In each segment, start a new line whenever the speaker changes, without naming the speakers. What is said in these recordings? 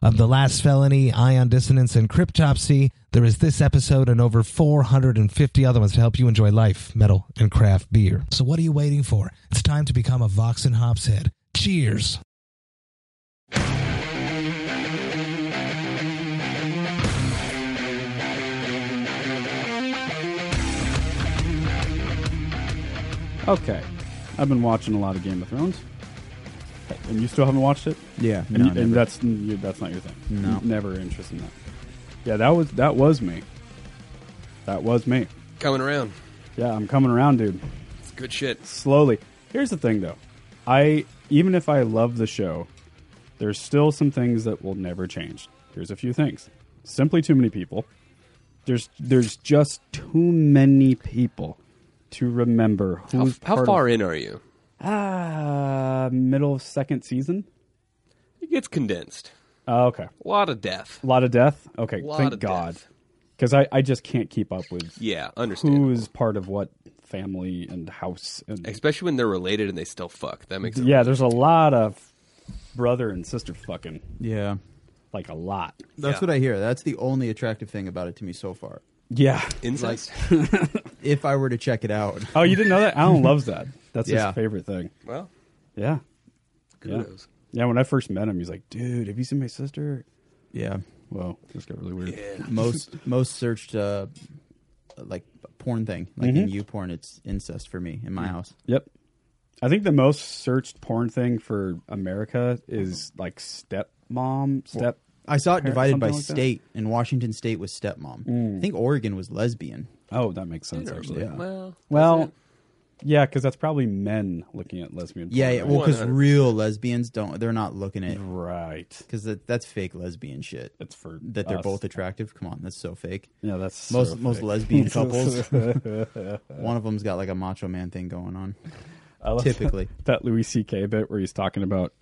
of The Last Felony, Ion Dissonance, and Cryptopsy. There is this episode and over 450 other ones to help you enjoy life, metal, and craft beer. So what are you waiting for? It's time to become a Vox and Hops head. Cheers!
Okay. I've been watching a lot of Game of Thrones. And you still haven't watched it?
Yeah,
And, you- and that's you, that's not your thing.
No.
Never interested in that. Yeah, that was that was me. That was me.
coming around.
Yeah, I'm coming around, dude.
It's good shit.
Slowly. Here's the thing though. I even if I love the show, there's still some things that will never change. Here's a few things. Simply too many people. There's there's just too many people to remember
How,
who's
how
part
far
of,
in are you?
Ah, middle of second season.
It gets condensed.
Oh, okay.
A lot of death.
A lot of death. Okay,
Lot
thank
of
God.
death.
Because I, I just can't keep up with
Yeah, understand.
who's part of what family and house. And,
Especially when they're related and they still fuck. That makes it
yeah, there's a lot of brother and sister fucking.
Yeah.
Like a lot.
That's
Yeah.
what I hear. That's the only attractive thing about it to me so far.
Yeah.
incest.
If I were to check it out,
Oh, you didn't know that? Alan loves that. That's
Yeah.
his favorite thing.
well,
Yeah.
kudos.
Yeah. when I first met him, he's like, dude, have you seen my sister?
yeah,
Well, this got really weird.
most most searched uh, like porn thing, like
Mm-hmm.
in you porn, it's incest for me in
Mm.
my house.
Yep. I think the most searched porn thing for America is like stepmom, step.
I saw it
Parent-
divided by
something like that? Mm.
state, and Washington State was stepmom. I think Oregon was lesbian.
Oh, that makes sense actually.
Yeah.
Well,
Well, yeah, because that's probably men looking at lesbian. porn,
Yeah, yeah well, because
100%.
real lesbians don't, they're not looking at
right. Right.
because that, that's fake lesbian shit.
It's for
That they're
us.
both attractive. Come on, that's so fake.
Yeah, that's
most
so
most
fake.
lesbian couples. One of them's got like a macho man thing going on.
I love
Typically,
that Louis C.K. bit where he's talking about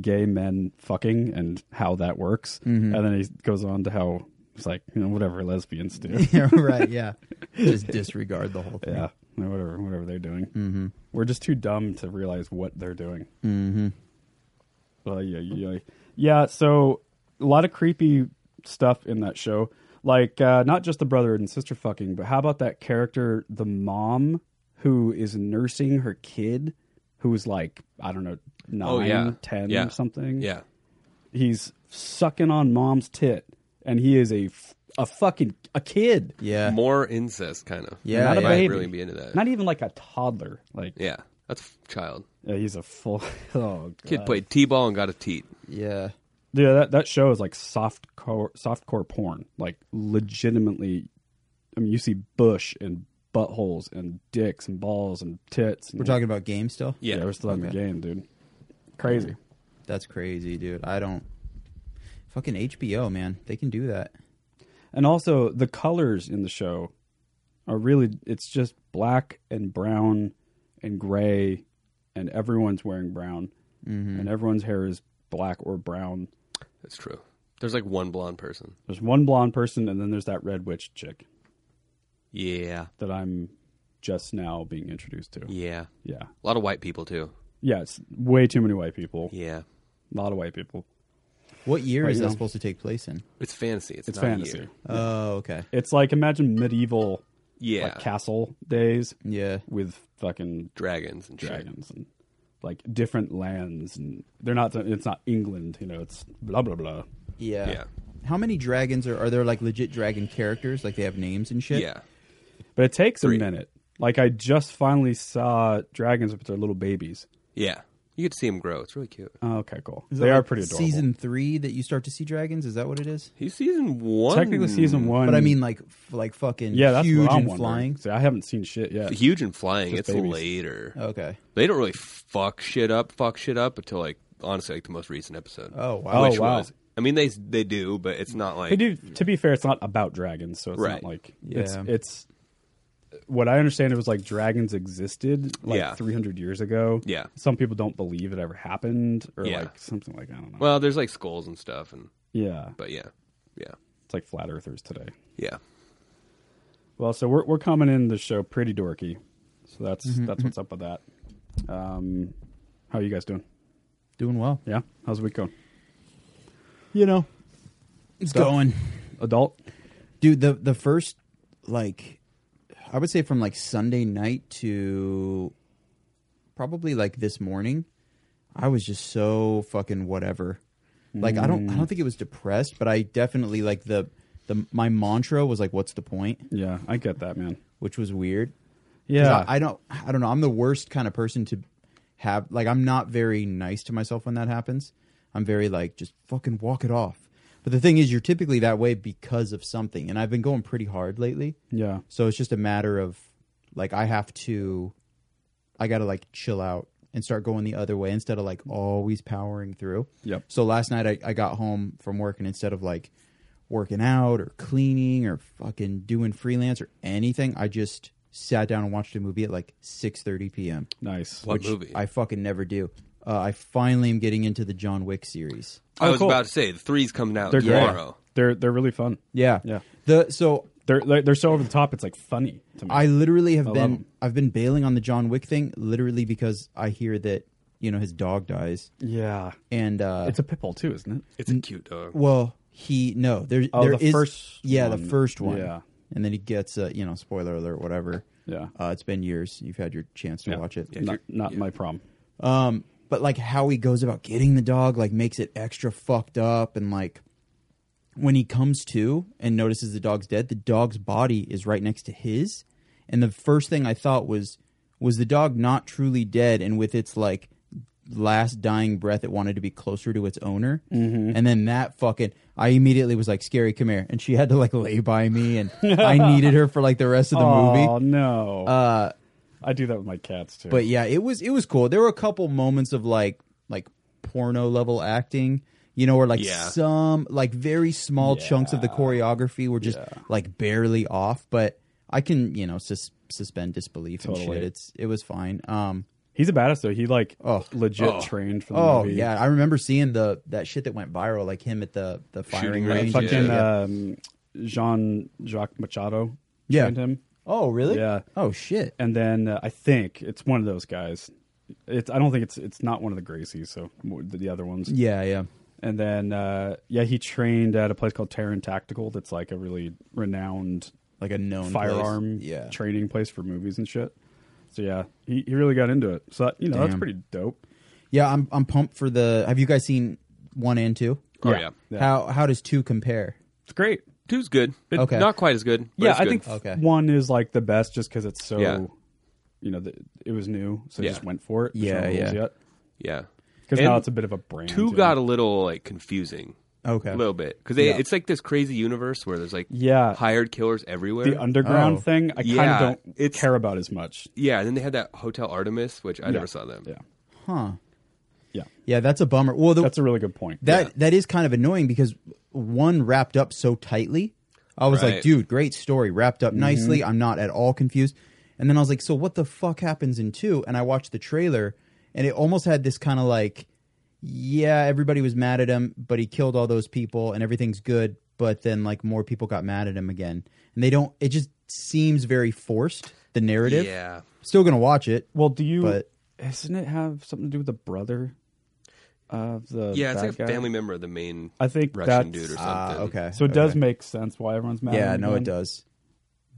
gay men fucking and how that works,
Mm-hmm.
and then he goes on to how it's like you know whatever lesbians do.
yeah, right? Yeah, just disregard the whole thing.
yeah, you know, whatever whatever they're doing. Mm-hmm. We're just too dumb to realize what they're doing. Mm-hmm. Well, yeah, yeah, yeah. So a lot of creepy stuff in that show. Like uh, not just the brother and sister fucking, but how about that character, the mom who is nursing her kid, who's like I don't know nine,
Oh, yeah.
ten,
Yeah.
or something.
yeah.
he's sucking on mom's tit, and he is a f- a fucking a kid,
Yeah,
More incest, kind of.
Yeah,
not
I
a
yeah.
might
baby.
really be into that.
not even like a toddler. Like
yeah, that's a f- child.
Yeah, he's a full. Oh,
Kid
God.
played t-ball and got a teat.
yeah.
Yeah, that that show is like soft core soft core porn. Like legitimately, I mean, you see bush and buttholes and dicks and balls and tits. And,
We're talking about game still.
Yeah,
Yeah,
we're still on the
Okay.
game, dude. Crazy.
That's crazy, dude. I don't. Fucking HBO, man. They can do that.
And also the colors in the show are really it's just black and brown and gray and everyone's wearing brown and everyone's hair is black or brown.
that's true. There's like one blonde person.
There's one blonde person and then there's that red witch chick
Yeah,
that I'm just now being introduced to.
yeah.
Yeah.
A lot of white people too.
Yeah, it's way too many white people.
Yeah,
A lot of white people.
What year
Right, Oh,
is
you
that
know.
supposed to take place in?
it's fantasy. It's,
It's
not a
fantasy.
year.
Oh, okay.
It's like imagine medieval
Yeah,
like castle days
Yeah.
with fucking
dragons and shit.
dragons and like different lands and they're not it's not England, you know, it's blah blah blah.
Yeah.
Yeah.
How many dragons are, are there like legit dragon characters? Like they have names and shit?
Yeah,
But it takes
Three.
a minute. Like I just finally saw dragons with their little babies.
yeah. You get to see him grow. It's really cute.
Oh, okay, cool.
Is
they
that,
are
like,
pretty adorable.
Season three that you start to see dragons? Is that what it is?
He's season one.
Technically season 1.
But I mean, like, f- like fucking
yeah, that's
huge
what I'm
and
wondering.
flying.
See, I haven't seen shit yet.
huge and flying.
Just
It's
babies. Oh.
later.
Okay.
They don't really fuck shit up, fuck shit up until like honestly like the most recent episode.
Oh, wow.
which
Oh, wow.
was I mean, they they do, but it's not like
They do. To be fair, it's not about dragons, so it's
Right.
not like
Yeah.
it's it's. What I understand, it was like dragons existed like
Yeah.
300 years ago.
Yeah.
some people don't believe it ever happened, or
Yeah.
like something like I don't know.
Well, there's like skulls and stuff, and
yeah,
but yeah, yeah,
it's like flat earthers today.
yeah.
Well, so we're we're coming in the show pretty dorky, so that's
Mm-hmm,
that's what's up with that. Um, how are you guys doing?
Doing well.
Yeah, how's the week going?
You know, it's going.
Adult?
dude the the first like i would say from like sunday night to probably like this morning i was just so fucking whatever like i don't i
Mm.
don't think it was depressed but i definitely like the the my mantra was like what's the point
Yeah, I get that, man.
which was weird 'Cause
Yeah,
I, I don't i don't know i'm the worst kind of person to have like i'm not very nice to myself when that happens i'm very like just fucking walk it off but the thing is you're typically that way because of something and i've been going pretty hard lately
yeah,
so it's just a matter of like I have to I got to like chill out and start going the other way instead of like always powering through.
Yep.
So last night I, I got home from work and instead of like working out or cleaning or fucking doing freelance or anything, I just sat down and watched a movie at like 6:30 p.m.
nice.
What movie?
I fucking never do. Uh, I finally am getting into the John Wick series.
I was
Oh, cool.
about to say the three's coming out
They're great.
tomorrow.
They're they're really fun.
Yeah.
Yeah.
The so
They're they're they're so over the top. It's like funny to me.
I literally have
I love
been
'em.
I've been bailing on the John Wick thing literally because I hear that you know his dog dies
yeah,
and uh
it's a pit bull too, isn't it?
It's a cute dog.
well he no there
Oh,
there
the
is-
first
yeah the
one.
first one
Yeah.
and then he gets uh, you know spoiler alert whatever
Yeah.
uh, it's been years you've had your chance to
Yeah.
watch it
Not, not my problem.
um but like how he goes about getting the dog like makes it extra fucked up and like when he comes to and notices the dog's dead the dog's body is right next to his and the first thing i thought was was the dog not truly dead and with its like last dying breath it wanted to be closer to its owner and then that fucking i immediately was like scary come here and she had to like lay by me and i needed her for like the rest of the movie
Oh no! Uh, I do that with my cats too.
but yeah, it was it was cool. There were a couple moments of like like porno level acting, you know, or like
Yeah.
some like very small chunks of the
Yeah.
choreography were just like barely off. But I can you know sus- suspend disbelief and
Totally.
shit. It's it was fine. Um,
he's a badass though. He like
Oh.
legit
Oh.
trained for the
oh
movie.
yeah, I remember seeing the that shit that went viral, like him at the the
Shooting
firing
range,
range. and
fucking
shit. yeah.
um, Jean Jacques Machado.
Yeah.
trained him.
oh really?
yeah.
Oh shit.
and then uh, I think it's one of those guys. It's I don't think it's it's not one of the Gracies, so w- the other ones.
Yeah, yeah.
And then uh, yeah, he trained at a place called Terran Tactical. That's like a really renowned
Like a known place.
firearm
Yeah.
training place for movies and shit. So yeah, he, he really got into it. So that, you know that's
Damn.
pretty dope.
yeah, I'm I'm pumped for the. Have you guys seen one and two?
Oh yeah,
yeah. Yeah.
How how does two compare?
It's great.
two's good. It-
Okay.
not quite as good. but
yeah,
it's
I
good.
think
Okay.
one is like the best just because it's so
Yeah.
you know the, it was new, so
Yeah.
just went for it.
Yeah, yeah.
yeah.
Because
And
now it's a bit of a brand.
two
yeah.
got a little like confusing.
Okay.
A little bit because
Yeah.
it's like this crazy universe where there's like
Yeah.
hired killers everywhere.
the underground
Oh.
thing. I kind
Yeah,
of don't
it's-
care about as much.
yeah, and then they had that Hotel Artemis, which I
Yeah.
never saw them.
Yeah,
Huh.
yeah,
Yeah, that's a bummer. Well, the,
that's a really good point.
that that is kind of annoying because one wrapped up so tightly. I was like,
Right.
dude, great story, wrapped up
Mm-hmm.
nicely. I'm not at all confused. And then I was like, so what the fuck happens in two? And I watched the trailer, and it almost had this kind of like, yeah, everybody was mad at him, but he killed all those people, and everything's good. But then like more people got mad at him again, and they don't. It just seems very forced. The narrative.
Yeah.
Still gonna watch it.
well, do you?
but-
doesn't it have something to do with the brother of the?
Yeah, it's
bad
like a
guy?
family member of the main
I think
Russian
that's-
dude or something.
Ah, okay.
So it
okay.
does make sense why everyone's mad.
Yeah,
at him
no, it
again?
does. Um,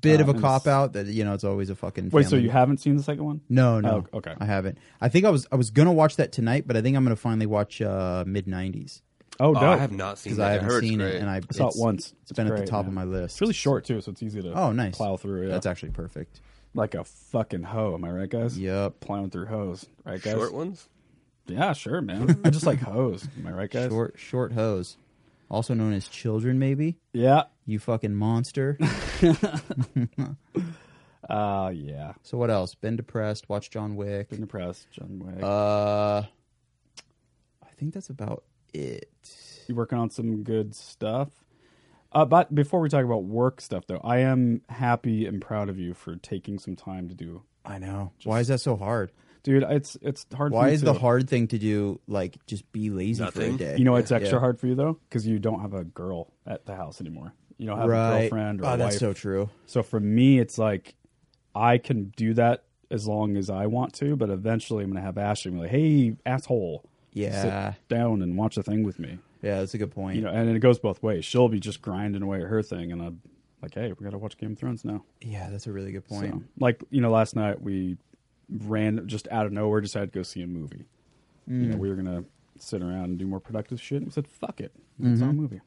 Bit of
Uh,
a
and
cop
it's-
out that you know it's always a fucking.
Wait, so
family-
you haven't seen the second one?
No, no.
Oh, okay.
I haven't. I think I was I was gonna watch that tonight, but I think I'm gonna finally watch uh, mid '90s
Oh,
Oh,
dope.
I have not seen
because
that.
I haven't
heard it's
seen
great.
it, and I,
I saw it
it's-
once.
it's been at the
great,
top of
man.
my list.
It's really short too, so it's easy to
Oh, nice.
plow through. Yeah.
That's actually perfect.
like a fucking hoe. Am I right, guys?
Yep.
plowing through hoes. Right, guys?
Short ones?
Yeah, sure, man. I just like hoes. Am I right, guys?
Short short hose, also known as children. Maybe
Yeah.
you fucking monster.
Uh, yeah.
so what else? Been depressed. Watch John Wick.
Been depressed, John Wick.
Uh, I think that's about it.
you working on some good stuff. Uh, but before we talk about work stuff, though, I am happy and proud of you for taking some time to do,
I know. Why is that so hard?
dude. It's it's hard. for
Why
me
is
to-
the hard thing to do like just be lazy for a
Nothing.
day?
You know, it's extra
Yeah.
hard for you though because you don't have a girl at the house anymore. You don't have
right?
a girlfriend or
oh,
a
that's
wife.
so true.
So for me, it's like I can do that as long as I want to, but eventually I'm gonna have Ashley be like, "Hey, asshole,
Yeah.
sit down and watch a thing with me."
Yeah, that's a good point.
You know, and it goes both ways. She'll be just grinding away at her thing, and I'm like, "Hey, we gotta watch Game of Thrones now."
yeah, that's a really good
So,
point.
like you know, last night we ran just out of nowhere, decided to go see a movie. You
Mm.
know, we were gonna sit around and do more productive shit. And we said, "Fuck it,
Mm-hmm.
it's on a movie."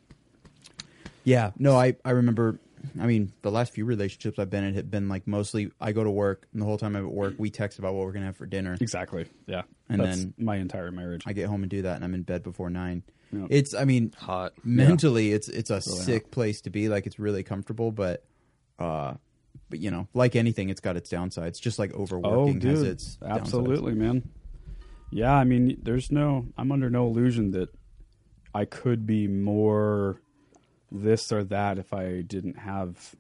Yeah. No, I, I remember. I mean, the last few relationships I've been in have been like mostly I go to work, and the whole time I'm at work, we text about what we're gonna have for dinner.
Exactly. Yeah.
And
That's
then-
my entire marriage.
I get home and do that, and I'm in bed before nine.
Yeah.
It's, I mean,
Hot.
mentally, it's it's a
really
sick place to be. Like, it's really comfortable, but, uh, but you know, like anything, it's got its downsides. Just like overworking has its downsides.
Oh, absolutely, man. Yeah, I mean, there's no. I'm under no illusion that I could be more this or that if I didn't have,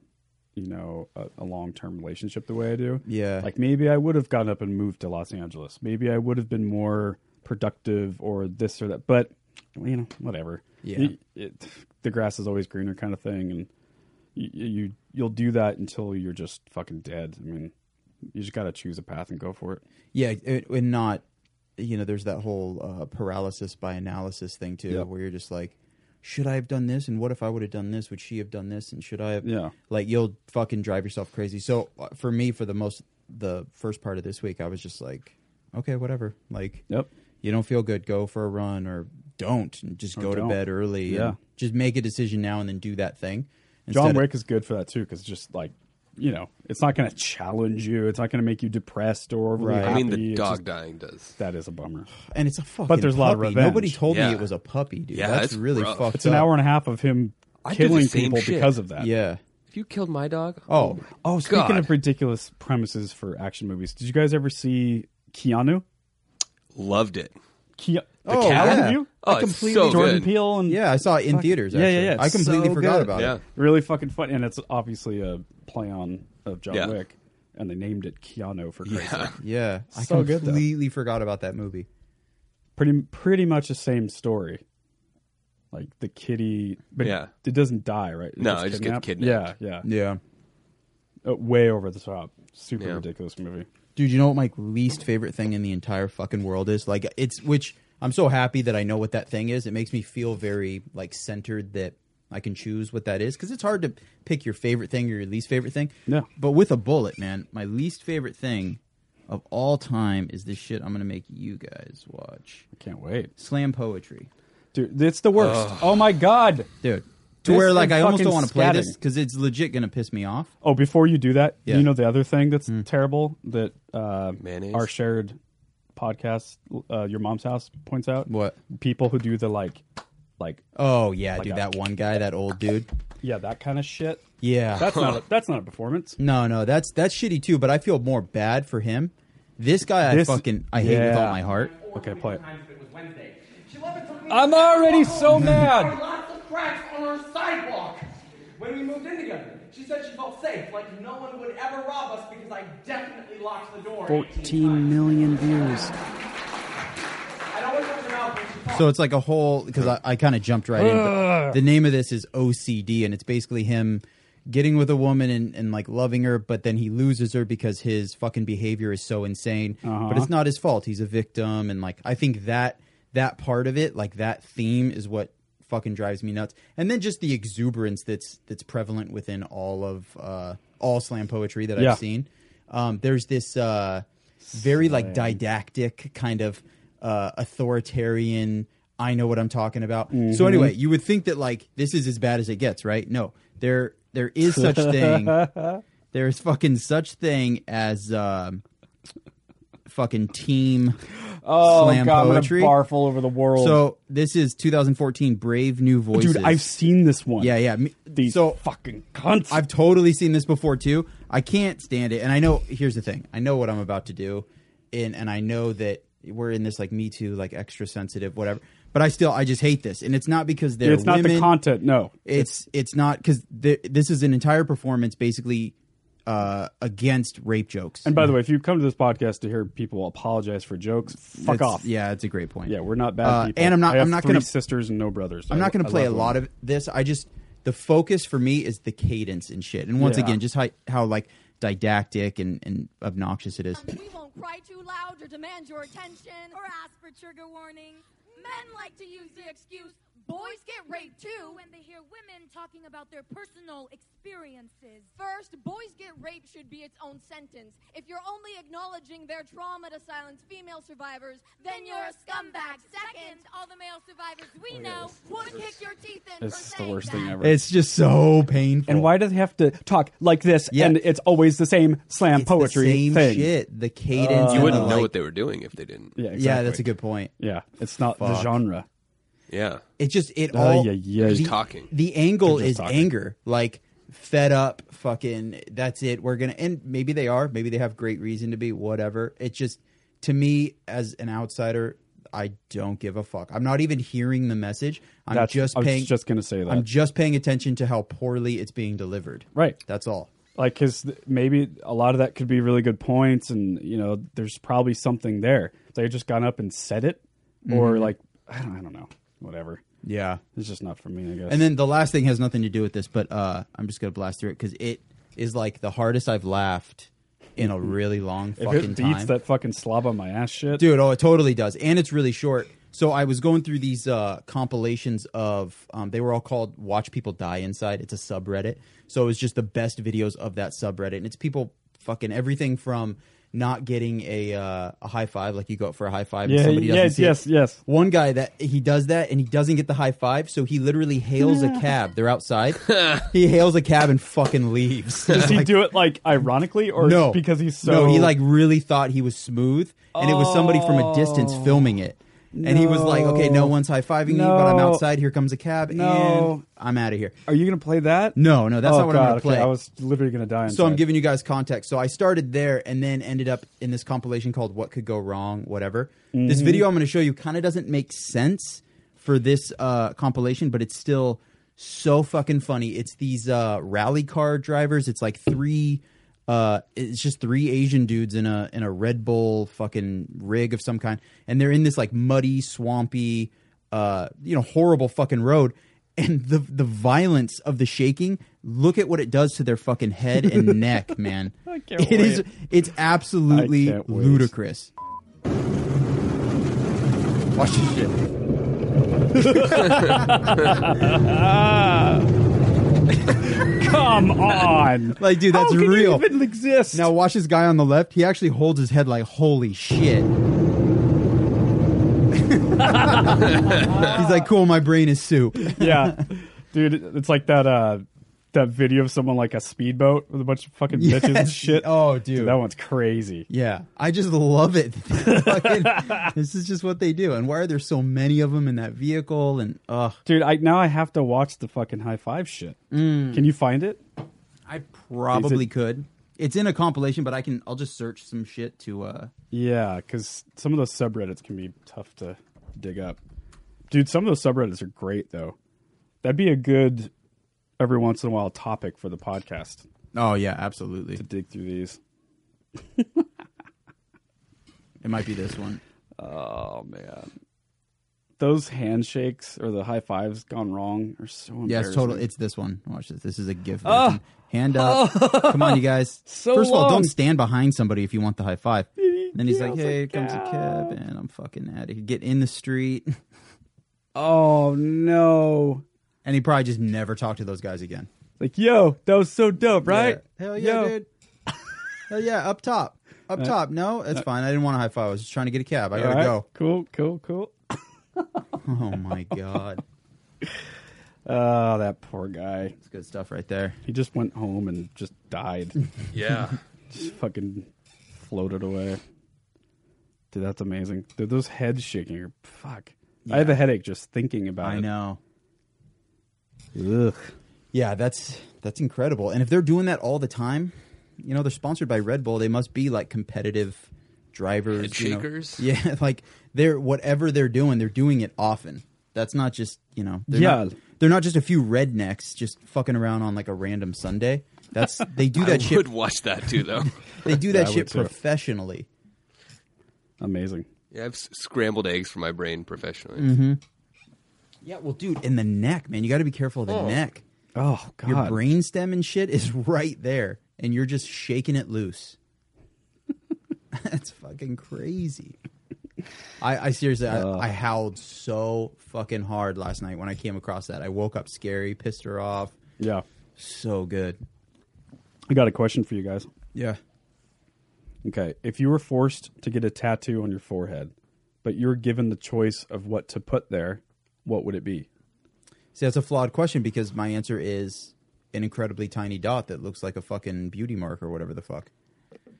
you know, a, a long term relationship the way I do.
Yeah.
like maybe I would have gotten up and moved to Los Angeles. Maybe I would have been more productive or this or that. But you know, whatever.
Yeah.
it, it- the grass is always greener, kind of thing, and. You, you you'll do that until you're just fucking dead. I mean, you just got to choose a path and go for it.
Yeah, it, and not you know, there's that whole uh, paralysis by analysis thing too,
Yeah.
where you're just like, should I have done this? And what if I would have done this? Would she have done this? And should I have?
Yeah.
like you'll fucking drive yourself crazy. So uh, for me, for the most the first part of this week, I was just like, okay, whatever. Like,
Yep.
you don't feel good, go for a run or don't, and just go to
don't.
bed early.
Yeah.
and just make a decision now and then do that thing.
John
Instead of-
Wick is good for that too, because just like you know, it's not going to challenge you. It's not going to make you depressed or overly
Right.
I mean,
happy.
the
It's
dog
just-
dying does.
that is a bummer.
and it's a fucking.
there's a lot of
puppy.
revenge.
Nobody told
Yeah.
me it was a puppy, dude.
Yeah,
that's
it's
really
rough.
fucked.
It's an
up.
hour and a half of him
I do the
killing
same
people
shit.
because of that.
Yeah.
If you killed my dog,
Oh,
Oh, speaking
God.
of ridiculous premises for action movies, did you guys ever see Keanu?
loved it.
Ke-
Oh,
cat?
yeah.
you?
Oh,
I
it's
completely
so
Jordan
good.
Peele and
Yeah, I saw it in theaters.
Yeah, yeah,
Actually.
yeah,
I
it's
completely
so
forgot
good.
about
Yeah.
it.
really fucking fun. And it's obviously a play on of John
Yeah.
Wick, and they named it Keanu for Christ's sake.
Yeah.
Yeah, I
So good, though.
completely forgot about that movie.
pretty pretty much the same story. Like the kitty, but
Yeah.
it doesn't die, right?
No, it just gets kidnapped.
Yeah, yeah,
Yeah,
Uh, way over the top, super
Yeah.
ridiculous movie.
dude, you know what my least favorite thing in the entire fucking world is? Like, it's which I'm so happy that I know what that thing is. It makes me feel very like centered that I can choose what that is because it's hard to pick your favorite thing or your least favorite thing.
Yeah.
but with a bullet, man, my least favorite thing of all time is this shit. I'm gonna make you guys watch
I can't wait,
slam poetry.
dude. It's the worst. Oh my god,
dude. To
This
where like
and
I almost
fucking
don't want to play this
scatting.
because it's legit gonna piss me off.
Oh, before you do that,
Yeah. Hmm.
you know the other thing that's terrible that uh,
Mayonnaise?
our shared podcast, uh, your mom's house, points out.
What?
people who do the like, like
Oh yeah, dude,
a-
that one guy, that old dude.
yeah, that kind of shit.
Yeah.
That's not a, that's not a performance.
no, no, that's that's shitty too. But I feel more bad for him. This guy,
This-
I fucking I hate with all
yeah.
my heart.
Okay, play it.
I'm
already so mad.
Lots of cracks on our sidewalk. When we moved in together, she said she felt safe, like no one would ever rob us because I definitely locked the door.
14 million views.
I don't want to open her mouth when she talks.
So it's like a whole because I, I kind of jumped right in. But the name of this is OCD, and it's basically him getting with a woman and, and like loving her, but then he loses her because his fucking behavior is so insane. But it's not his fault; he's a victim, and like I think that that part of it, like that theme, is what fucking drives me nuts. And then just the exuberance that's that's prevalent within all of uh, all slam poetry that
Yeah.
I've seen. Um, there's this uh, very like didactic kind of uh, authoritarian. I know what I'm talking about. So
Mm-hmm.
anyway, you would think that like this is as bad as it gets, right? No, there there is such thing. There is fucking such thing as um, fucking team
Oh
slam
god,
poetry.
I'm gonna barf all over the world.
so this is 2014 Brave New Voices.
Dude, I've seen this one.
yeah yeah. me-
These
so
fucking cunts.
I've totally seen this before too. I can't stand it. And I know here's the thing. I know what I'm about to do and and I know that we're in this like me too like extra sensitive whatever. But I still I just hate this, and it's not because they're
it's not the
women.
content. No,
It's it's not because th- this is an entire performance basically uh, against rape jokes.
And by the way, if you come to this podcast to hear people apologize for jokes, fuck
It's-
off.
Yeah, it's a great point.
Yeah, we're not bad
Uh,
people.
and I'm not-
I have
I'm not
three
gonna-
sisters and no brothers.
I'm not going
I
to play a
love
lot
them.
of this. I just the focus for me is the cadence and shit. And once
Yeah.
again, just how, how like didactic and, and obnoxious it is.
Um, We won't cry too loud or demand your attention or ask for trigger warning. Men like to use the excuse, boys get raped too, when they hear women talking about their personal experiences. First, boys get raped should be its own sentence. If you're only acknowledging their trauma to silence female survivors, then you're a scumbag. Second, all the male survivors we know would kick your teeth in
This Oh, is
for
the
saying
worst
that.
thing ever.
It's just so painful.
and why do they have to talk like this?
Yeah.
And it's always the same slam
It's the
poetry
same
thing.
shit? The cadence.
You
and
wouldn't
the,
know
like-
what they were doing if they didn't.
Yeah, exactly.
Yeah, that's a good point.
Yeah, it's not the
Fuck.
genre.
Yeah.
It just it
Ay,
all
ay, ay.
the-
Talking.
The angle
They're just
is
talking.
anger, like fed up. Fucking that's it. We're gonna and maybe they are. Maybe they have great reason to be. Whatever. It just to me as an outsider, I don't give a fuck. I'm not even hearing the message. I'm
That's-
just
I was
paying.
just gonna say that.
I'm just paying attention to how poorly it's being delivered.
Right.
That's all.
like because maybe a lot of that could be really good points and you know there's probably something there they just gone up and said it
Mm-hmm.
or like I don't, I don't know whatever
Yeah.
it's just not for me i guess
And then the last thing has nothing to do with this, but uh, I'm just gonna blast through it because it is like the hardest I've laughed in a really long
Mm-hmm. if
fucking
it beats
time.
that fucking slob on my ass shit
dude oh it totally does and it's really short so i was going through these uh, compilations of um, they were all called watch people die inside it's a subreddit so it was just the best videos of that subreddit and it's people fucking everything from not getting a uh, a high five like you go up for a high five and
Yeah,
somebody doesn't
yes,
see it.
yes, yes.
one guy that he does that and he doesn't get the high five so he literally hails a cab they're outside he hails a cab and fucking leaves
does he do it like ironically or
no,
because he's so
no. He like really thought he was smooth, and it was somebody from a distance filming it, and he was like, "Okay, no
Oh. No.
one's high fiving me, but I'm
No.
outside. Here comes a cab,
No.
and I'm out of here."
are you gonna play that
No, no, that's
Oh,
not what I'm
God,
gonna
okay,
play.
i was literally gonna die
So I'm
inside.
giving you guys context. So I started there and then ended up in this compilation called "What Could Go Wrong," whatever. This video I'm going to show you kind of doesn't make sense for this uh, compilation, but it's still so fucking funny. It's these uh, rally car drivers. It's like three. Uh, it's just three Asian dudes in a in a Red Bull fucking rig of some kind, and they're in this like muddy, swampy, uh, you know, horrible fucking road and the the violence of the shaking look at what it does to their fucking head and neck man
can't
It is-
wait.
it's absolutely
I can't wait.
ludicrous watch this shit
Ah! come on
Like, dude, that's
How can
real.
you even exist
now watch this guy on the left he actually holds his head like holy shit he's like cool my brain is soup
yeah, dude, it's like that uh that video of someone like a speedboat with a bunch of fucking bitches and
Yes.
shit.
Oh, dude.
that one's crazy.
yeah i just love it Fucking- this is just what they do and why are there so many of them in that vehicle and ugh
Dude, I now I have to watch the fucking high five shit.
Mm.
Can you find it?
I probably
Is it-
could. It's in a compilation, but I can. I'll just search some shit to. uh
Yeah, because some of those subreddits can be tough to dig up. Dude, some of those subreddits are great though. That'd be a good every once in a while topic for the podcast
Oh yeah,
to
absolutely.
dig through these.
It might be this one.
Oh man. Those handshakes or the high fives gone wrong are so
Yes, it's
embarrassing.
totally. It's this one. Watch this. This is a gift. version. Hand up. Come on, you guys.
Ah! So
First of all,
long.
don't stand behind somebody if you want the high five. And then he's
Yeah,
like,
it's
"Hey, here
like,
comes a cab, and I'm fucking out of here. Get in the street."
Oh no.
And he probably just never talked to those guys again.
Like, yo, that was so dope, right?
Yeah. Uh, Hell yeah,
Yo.
dude. Hell yeah, up top. Up top. No, that's fine. I didn't want a high five. I was just trying to get a cab. I
All
gotta
right.
go.
Cool, cool, cool.
Oh my god,
Oh, that poor guy.
it's good stuff right there.
He just went home and just died.
Yeah.
just fucking floated away. Dude, that's amazing. Dude, those heads shaking are fuck. I have a headache just thinking about
I
it.
know.
know. Ugh.
Yeah, that's that's incredible. And if they're doing that all the time, you know, they're sponsored by Red Bull. They must be like competitive drivers,
Head
you know.
shakers?
yeah, like they're whatever they're doing, they're doing it often. That's not just you know, they're
Yeah.
not, they're not just a few rednecks just fucking around on like a random Sunday. That's they do that
I
shit.
would watch that too, though.
They do
Yeah, I
that
would
shit
too.
professionally.
Amazing.
yeah, I've s- scrambled eggs for my brain professionally.
Mm-hmm.
Yeah, well, dude, in the neck, man, you got to be careful of the neck.
Oh God.
Your brain stem and shit is right there, and you're just shaking it loose. That's fucking crazy. I, I seriously, I, I howled so fucking hard last night when I came across that. I woke up scary, pissed her off.
Yeah.
So good.
I got a question for you guys.
Yeah.
Okay, if you were forced to get a tattoo on your forehead, but you were given the choice of what to put there, what would it be?
See, that's a flawed question because my answer is an incredibly tiny dot that looks like a fucking beauty mark or whatever the fuck.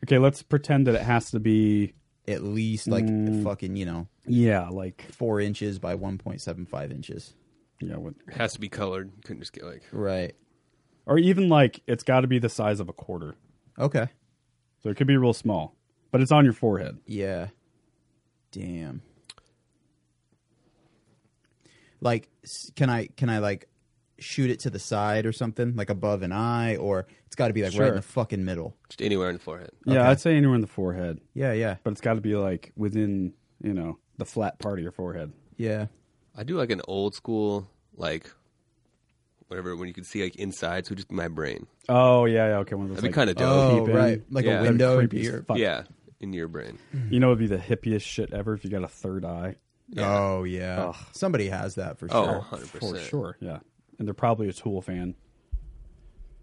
Okay, let's pretend that it has to be
At least like fucking, you know,
yeah, like
four inches by 1.75 inches.
yeah, what,
It has to be colored. You couldn't just get like
Right.
or even like it's got to be the size of a quarter.
Okay.
So it could be real small, but it's on your forehead.
Yeah. Damn. Like, s- can I can I like shoot it to the side or something, like above an eye, or it's got to be like right in
Sure.
the fucking middle.
just anywhere on the forehead.
Yeah, I'd say anywhere in the forehead,
Yeah, yeah,
but it's got to be like within, you know, the flat part of your forehead.
yeah.
I do like an old school like whatever when you could see like inside, so just my brain.
Oh, yeah, yeah, okay, one of those
That'd be
like,
kind of dope.
Oh,
peep in.
right, like
Yeah.
a
That'd be
window.
creepy
into
as
your-
fuck.
yeah, in your brain.
You know, it'd be the hippiest shit ever if you got a third eye.
Oh yeah, somebody has that for
Oh,
sure.
100
For
percent.
sure, yeah. And they're probably a Tool fan.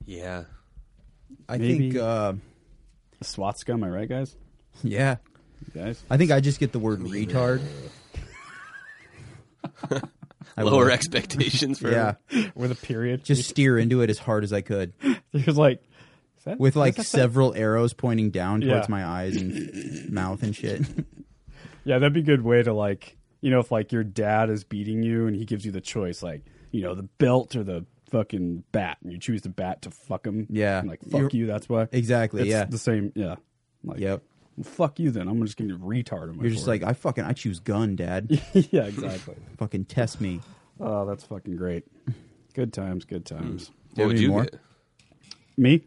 Yeah,
I
Maybe-
think. Uh,
Swatska, am I right, guys?
yeah,
You guys?
I think I just get the word retard. I
lower
would.
expectations for
Yeah,
With a period.
just steer into it as hard as I could.
He was like, is that-
with like several arrows pointing down towards
Yeah.
my eyes and mouth and shit.
yeah, that'd be a good way to like, you know, if like your dad is beating you and he gives you the choice, like, you know, the belt or the fucking bat, and you choose the bat to fuck him.
Yeah.
And, like, fuck
You're-
you, that's why.
Exactly,
It's
yeah.
the same, yeah. Like,
yep.
well, fuck you then. I'm just going to retard him.
You're just like I fucking I choose gun, dad.
yeah, exactly.
fucking test me.
oh, that's fucking great. Good times, good times.
what would
any
you
more?
get?
Hmm.
Me?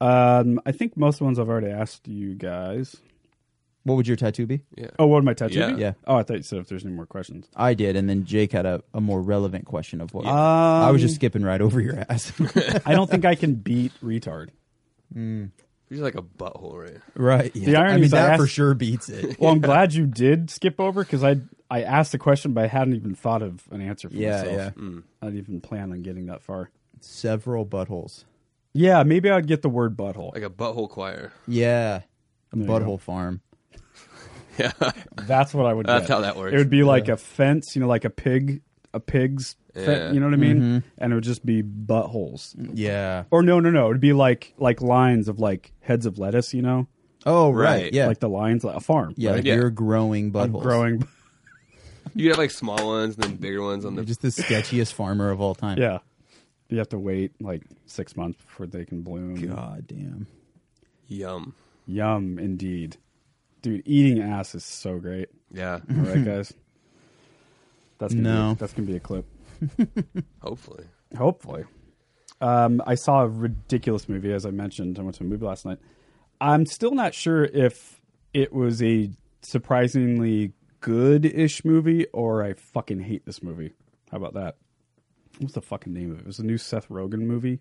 Um, I think most of the ones I've already asked you guys.
What would your tattoo be?
Yeah.
Oh, what my tattoo?
Yeah.
be?
Yeah.
Oh, I thought you said if there's any more questions.
I did, and then Jake had a, a more relevant question of what
Um,
I was just skipping right over your ass.
I don't think I can beat retard.
You're just like a butthole, right?
right. Yeah.
The irony
I mean
is I
that for
asked-
sure beats it.
Well, I'm glad you did skip over because I I asked the question, but I hadn't even thought of an answer for
Yeah,
myself.
yeah.
I didn't even plan on getting that far.
Several buttholes.
Yeah, maybe I'd get the word butthole.
Like a butthole choir.
Yeah. A
you go.
butthole farm.
Yeah,
That's what I would.
That's
get.
how that works.
It would be like a fence, you know, like a pig, a pig's.
Yeah.
Fe- you know what I mean?
Mm-hmm.
And it would just be buttholes.
Yeah.
Or no, no, no. It'd be like like lines of like heads of lettuce. You know,
Oh right.
Right.
Yeah.
like the lines, like a farm.
yeah.
right?
Like
Yeah.
You're growing buttholes.
growing.
you have like small ones and then bigger ones on the.
You're just the sketchiest farmer of all time.
Yeah. You have to wait like six months before they can bloom.
God damn.
Yum.
Yum, indeed. Dude, eating ass is so great.
Yeah.
All right, guys. That's gonna
No.
Be, that's gonna be a clip.
Hopefully.
Hopefully. Um, I saw a ridiculous movie, as I mentioned. I went to a movie last night. I'm still not sure if it was a surprisingly good-ish movie or I fucking hate this movie. How about that? What's the fucking name of it? It was a new Seth Rogen movie.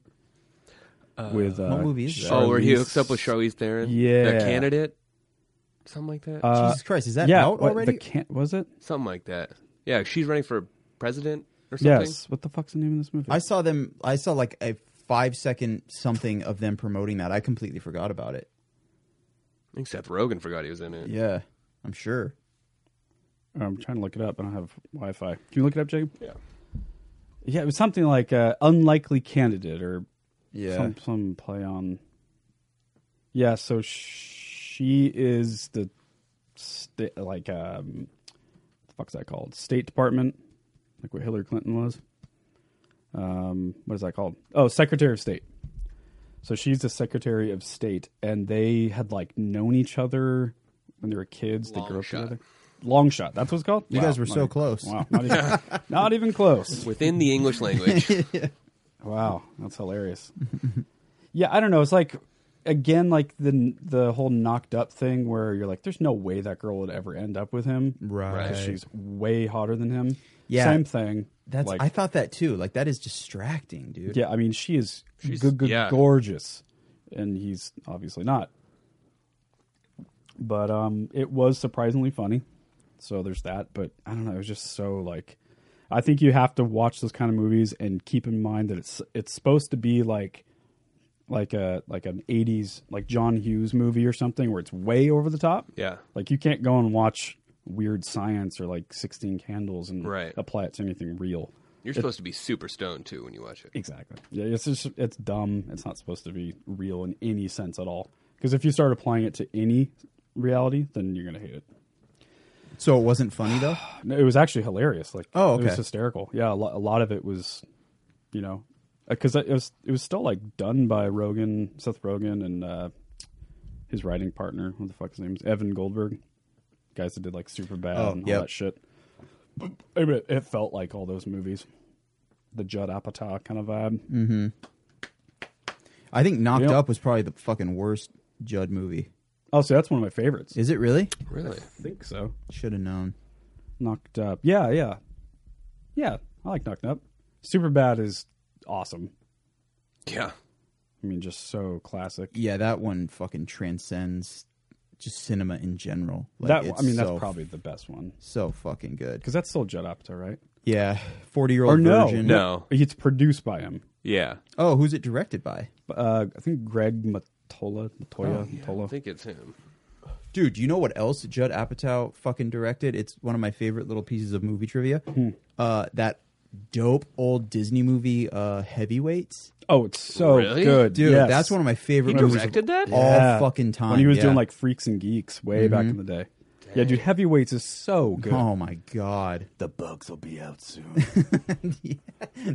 with uh,
what movie is that?
Oh, where he
Charlize-
hooks up with Charlize Theron.
Yeah.
The candidate. Something like that.
Jesus Christ, is that
Uh, yeah,
out
what-
already?
The can- was it?
something like that. Yeah, she's running for president or something.
Yes. What the fuck's the name of this movie?
I saw them. I saw like a five second something of them promoting that. I completely forgot about it.
I think Seth Rogen forgot he was in it.
Yeah, I'm sure.
I'm trying to look it up. I don't have Wi-Fi. Can you look it up, Jacob?
Yeah.
Yeah, it was something like uh, unlikely candidate or
Yeah,
some some play on. Yeah, so she is the sta- like um, the fuck's that called? State Department, like what Hillary Clinton was. Um, what is that called? Oh, Secretary of State. So she's the Secretary of State, and they had like known each other when they were kids. they
Long
grew up
Shot.
together. Long shot. That's what's called.
You guys were
not
so
even-
close.
Wow. Not even, not even close.
within the English language.
Wow, that's hilarious. yeah, I don't know. It's like again, like the the whole knocked up thing where you're like, there's no way that girl would ever end up with him,
Right.
Because she's way hotter than him.
Yeah.
same thing.
That's
like,
I thought that too. Like that is distracting, dude.
yeah, I mean, she is
She's-
good, good,
yeah.
gorgeous, and he's obviously not. But um, it was surprisingly funny. So there's that. But I don't know. It was just so like, I think you have to watch those kind of movies and keep in mind that it's it's supposed to be like, like a like an '80s like John Hughes movie or something where it's way over the top.
Yeah.
Like you can't go and watch Weird Science or like Sixteen Candles and
Right.
apply it to anything real.
You're supposed to be super stoned too when you watch it.
Exactly. Yeah, it's just it's dumb. It's not supposed to be real in any sense at all. Because if you start applying it to any reality, then you're gonna hate it.
So it wasn't funny though.
No, It was actually hilarious. Like,
Oh,
it was
okay.
hysterical. Yeah, a lot, a lot of it was, you know, because it was it was still like done by Rogan, Seth Rogan, and uh, his writing partner. What the fuck his name is Evan Goldberg. Guys that did like super bad
Oh,
and all
yep.
that shit. I mean, it, it felt like all those movies, the Judd Apatow kind of vibe.
Mm. I think Knocked
Yep.
Up was probably the fucking worst Judd movie.
Oh, so that's one of my favorites.
Is it really?
Really?
I think so.
Should have known.
Knocked Up. Yeah, yeah. Yeah, I like Knocked Up. Super Bad is awesome.
Yeah.
I mean, just so classic.
Yeah, that one fucking transcends just cinema in general. Like,
that
it's
I mean, that's
so-
probably the best one
so fucking good.
because that's still Judd Apatow, right?
Yeah, forty year
Or
old
no,
version.
No.
it's produced by him.
Yeah.
Oh, who's it directed by?
Uh, I think Greg Matola,
Oh,
Matoya,
I
Matola.
think it's him.
Dude, you know what else Judd Apatow fucking directed? It's one of my favorite little pieces of movie trivia.
Hmm.
Uh, that dope old Disney movie, uh, Heavyweights.
Oh, it's so
Really?
good,
Dude,
Yes.
that's one of my favorite.
He
movies
directed
of
that?
all
Yeah.
fucking time.
when he was
yeah. Mm-hmm.
doing like Freaks and Geeks way back in the day. Yeah, dude, Heavyweights is so good.
Oh my god, the bugs will be out soon.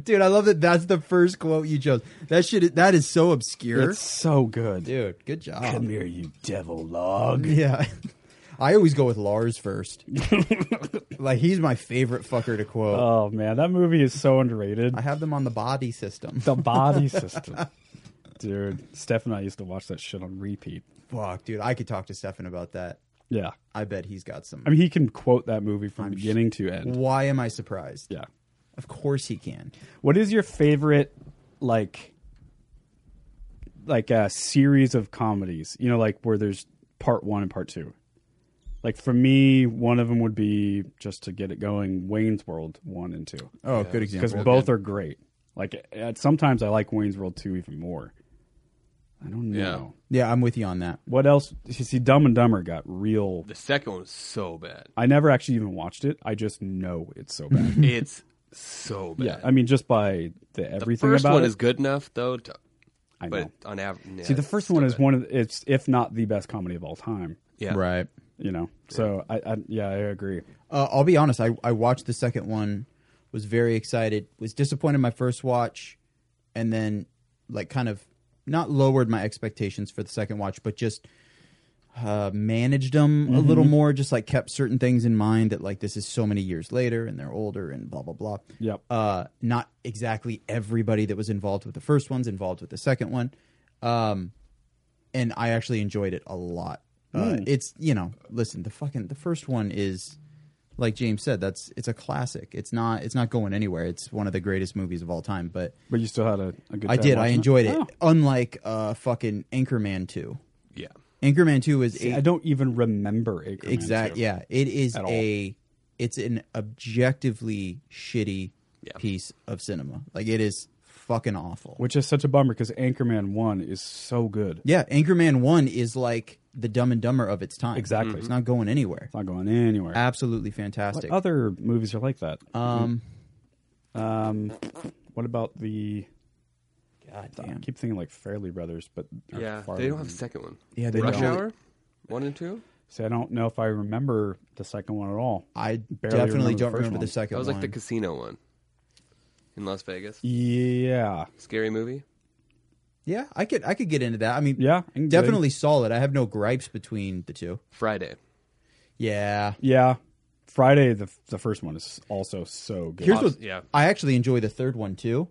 Dude, I love that. That's the first quote you chose. That shit. is- That is so obscure.
it's so good.
Dude, good job.
here, you devil log.
Yeah. I always go with Lars first. like he's my favorite fucker to quote.
Oh man, that movie is so underrated.
I have them on the body system.
the body system. Dude, Steph and I used to watch that shit on repeat.
Fuck, dude. I could talk to Stefan about that.
Yeah.
I bet he's got some.
I mean, he can quote that movie from beginning to end.
Why am I surprised?
Yeah.
Of course he can.
What is your favorite, like, like a series of comedies? You know, like where there's part one and part two. Like for me, one of them would be just to get it going. Wayne's World one and two.
Oh, good
because
example.
both are great. Like at, sometimes I like Wayne's World two even more. I don't know.
Yeah.
yeah, I'm with you on that.
What else? You see, Dumb and Dumber got real.
The second one's so bad.
I never actually even watched it. I just know it's so bad.
It's so bad.
yeah, I mean, just by the
the
everything
first
about
one
it,
is good enough though. To,
I know.
but on average, yeah,
See, the
it's
first
still
one is
bad.
one of the, it's if not the best comedy of all time.
Yeah.
Right.
You know, so I, I yeah, I agree.
Uh, I'll be honest. I, I watched the second one, was very excited, was disappointed my first watch, and then like kind of not lowered my expectations for the second watch, but just uh, managed them a little more. Just like kept certain things in mind that like this is so many years later and they're older and blah blah blah.
Yep.
Uh, not exactly everybody that was involved with the first one's involved with the second one. Um, and I actually enjoyed it a lot. Uh,
Hmm.
it's you know, listen, the fucking the first one is like James said, that's it's a classic. It's not it's not going anywhere. It's one of the greatest movies of all time. But
But you still had a, a good.
I
time
did, I
watching
enjoyed it.
Oh.
Unlike uh, fucking Anchorman two.
Yeah.
Anchorman two is
See,
a-
I don't even remember Anchorman
exact
two.
yeah. It is
At all.
a it's an objectively shitty
Yeah.
piece of cinema. Like it is fucking awful.
which is such a bummer because Anchorman one is so good.
yeah, Anchorman one is like the Dumb and Dumber of its time.
Exactly.
it's not going anywhere.
It's not going anywhere.
Absolutely
What
fantastic.
other movies are like that?
Um,
Um, what about the?
God
I
damn.
keep thinking like Fairley Brothers, but they're
Yeah.
far
They don't
than-
have a second one.
Yeah, they
Rush
don't.
Hour, one and two.
See, I don't know if I remember the second one at all.
I
Barely remember
definitely
the
don't
first
remember
one.
the second
That was
one.
like the casino one in Las Vegas.
Yeah,
Scary movie.
yeah, I could I could get into that. I mean,
Yeah, I can get
definitely solid. I have no gripes between the two.
Friday.
Yeah.
Yeah. Friday the the first one is also so good.
Here's
Obs-
what
yeah.
I actually enjoy the third one too,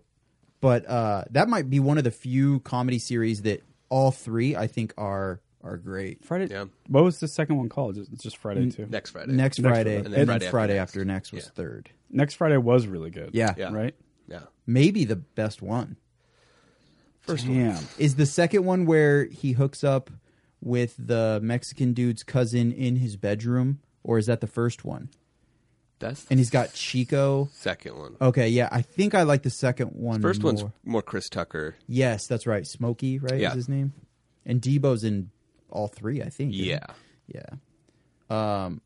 but uh, that might be one of the few comedy series that all three I think are are great.
Friday.
Yeah.
What was the second one called? Just, just Friday too.
Next Friday.
Next Friday,
Friday.
and
And then
then
Friday
Friday,
after
after, next, was
Yeah.
third.
Next Friday was really good.
Yeah.
Yeah.
Right.
Yeah.
maybe the best one
First
Damn.
is the second one where he hooks up with the Mexican dude's cousin in his bedroom, or is that the first one?
That's
And he's got Chico.
second one.
Okay, yeah, I think I like the second one.
First
more.
one's more Chris Tucker.
yes, that's right. Smokey, right?
Yeah.
Is his name? And Debo's in all three, I think. isn't he?
Yeah.
Yeah. Um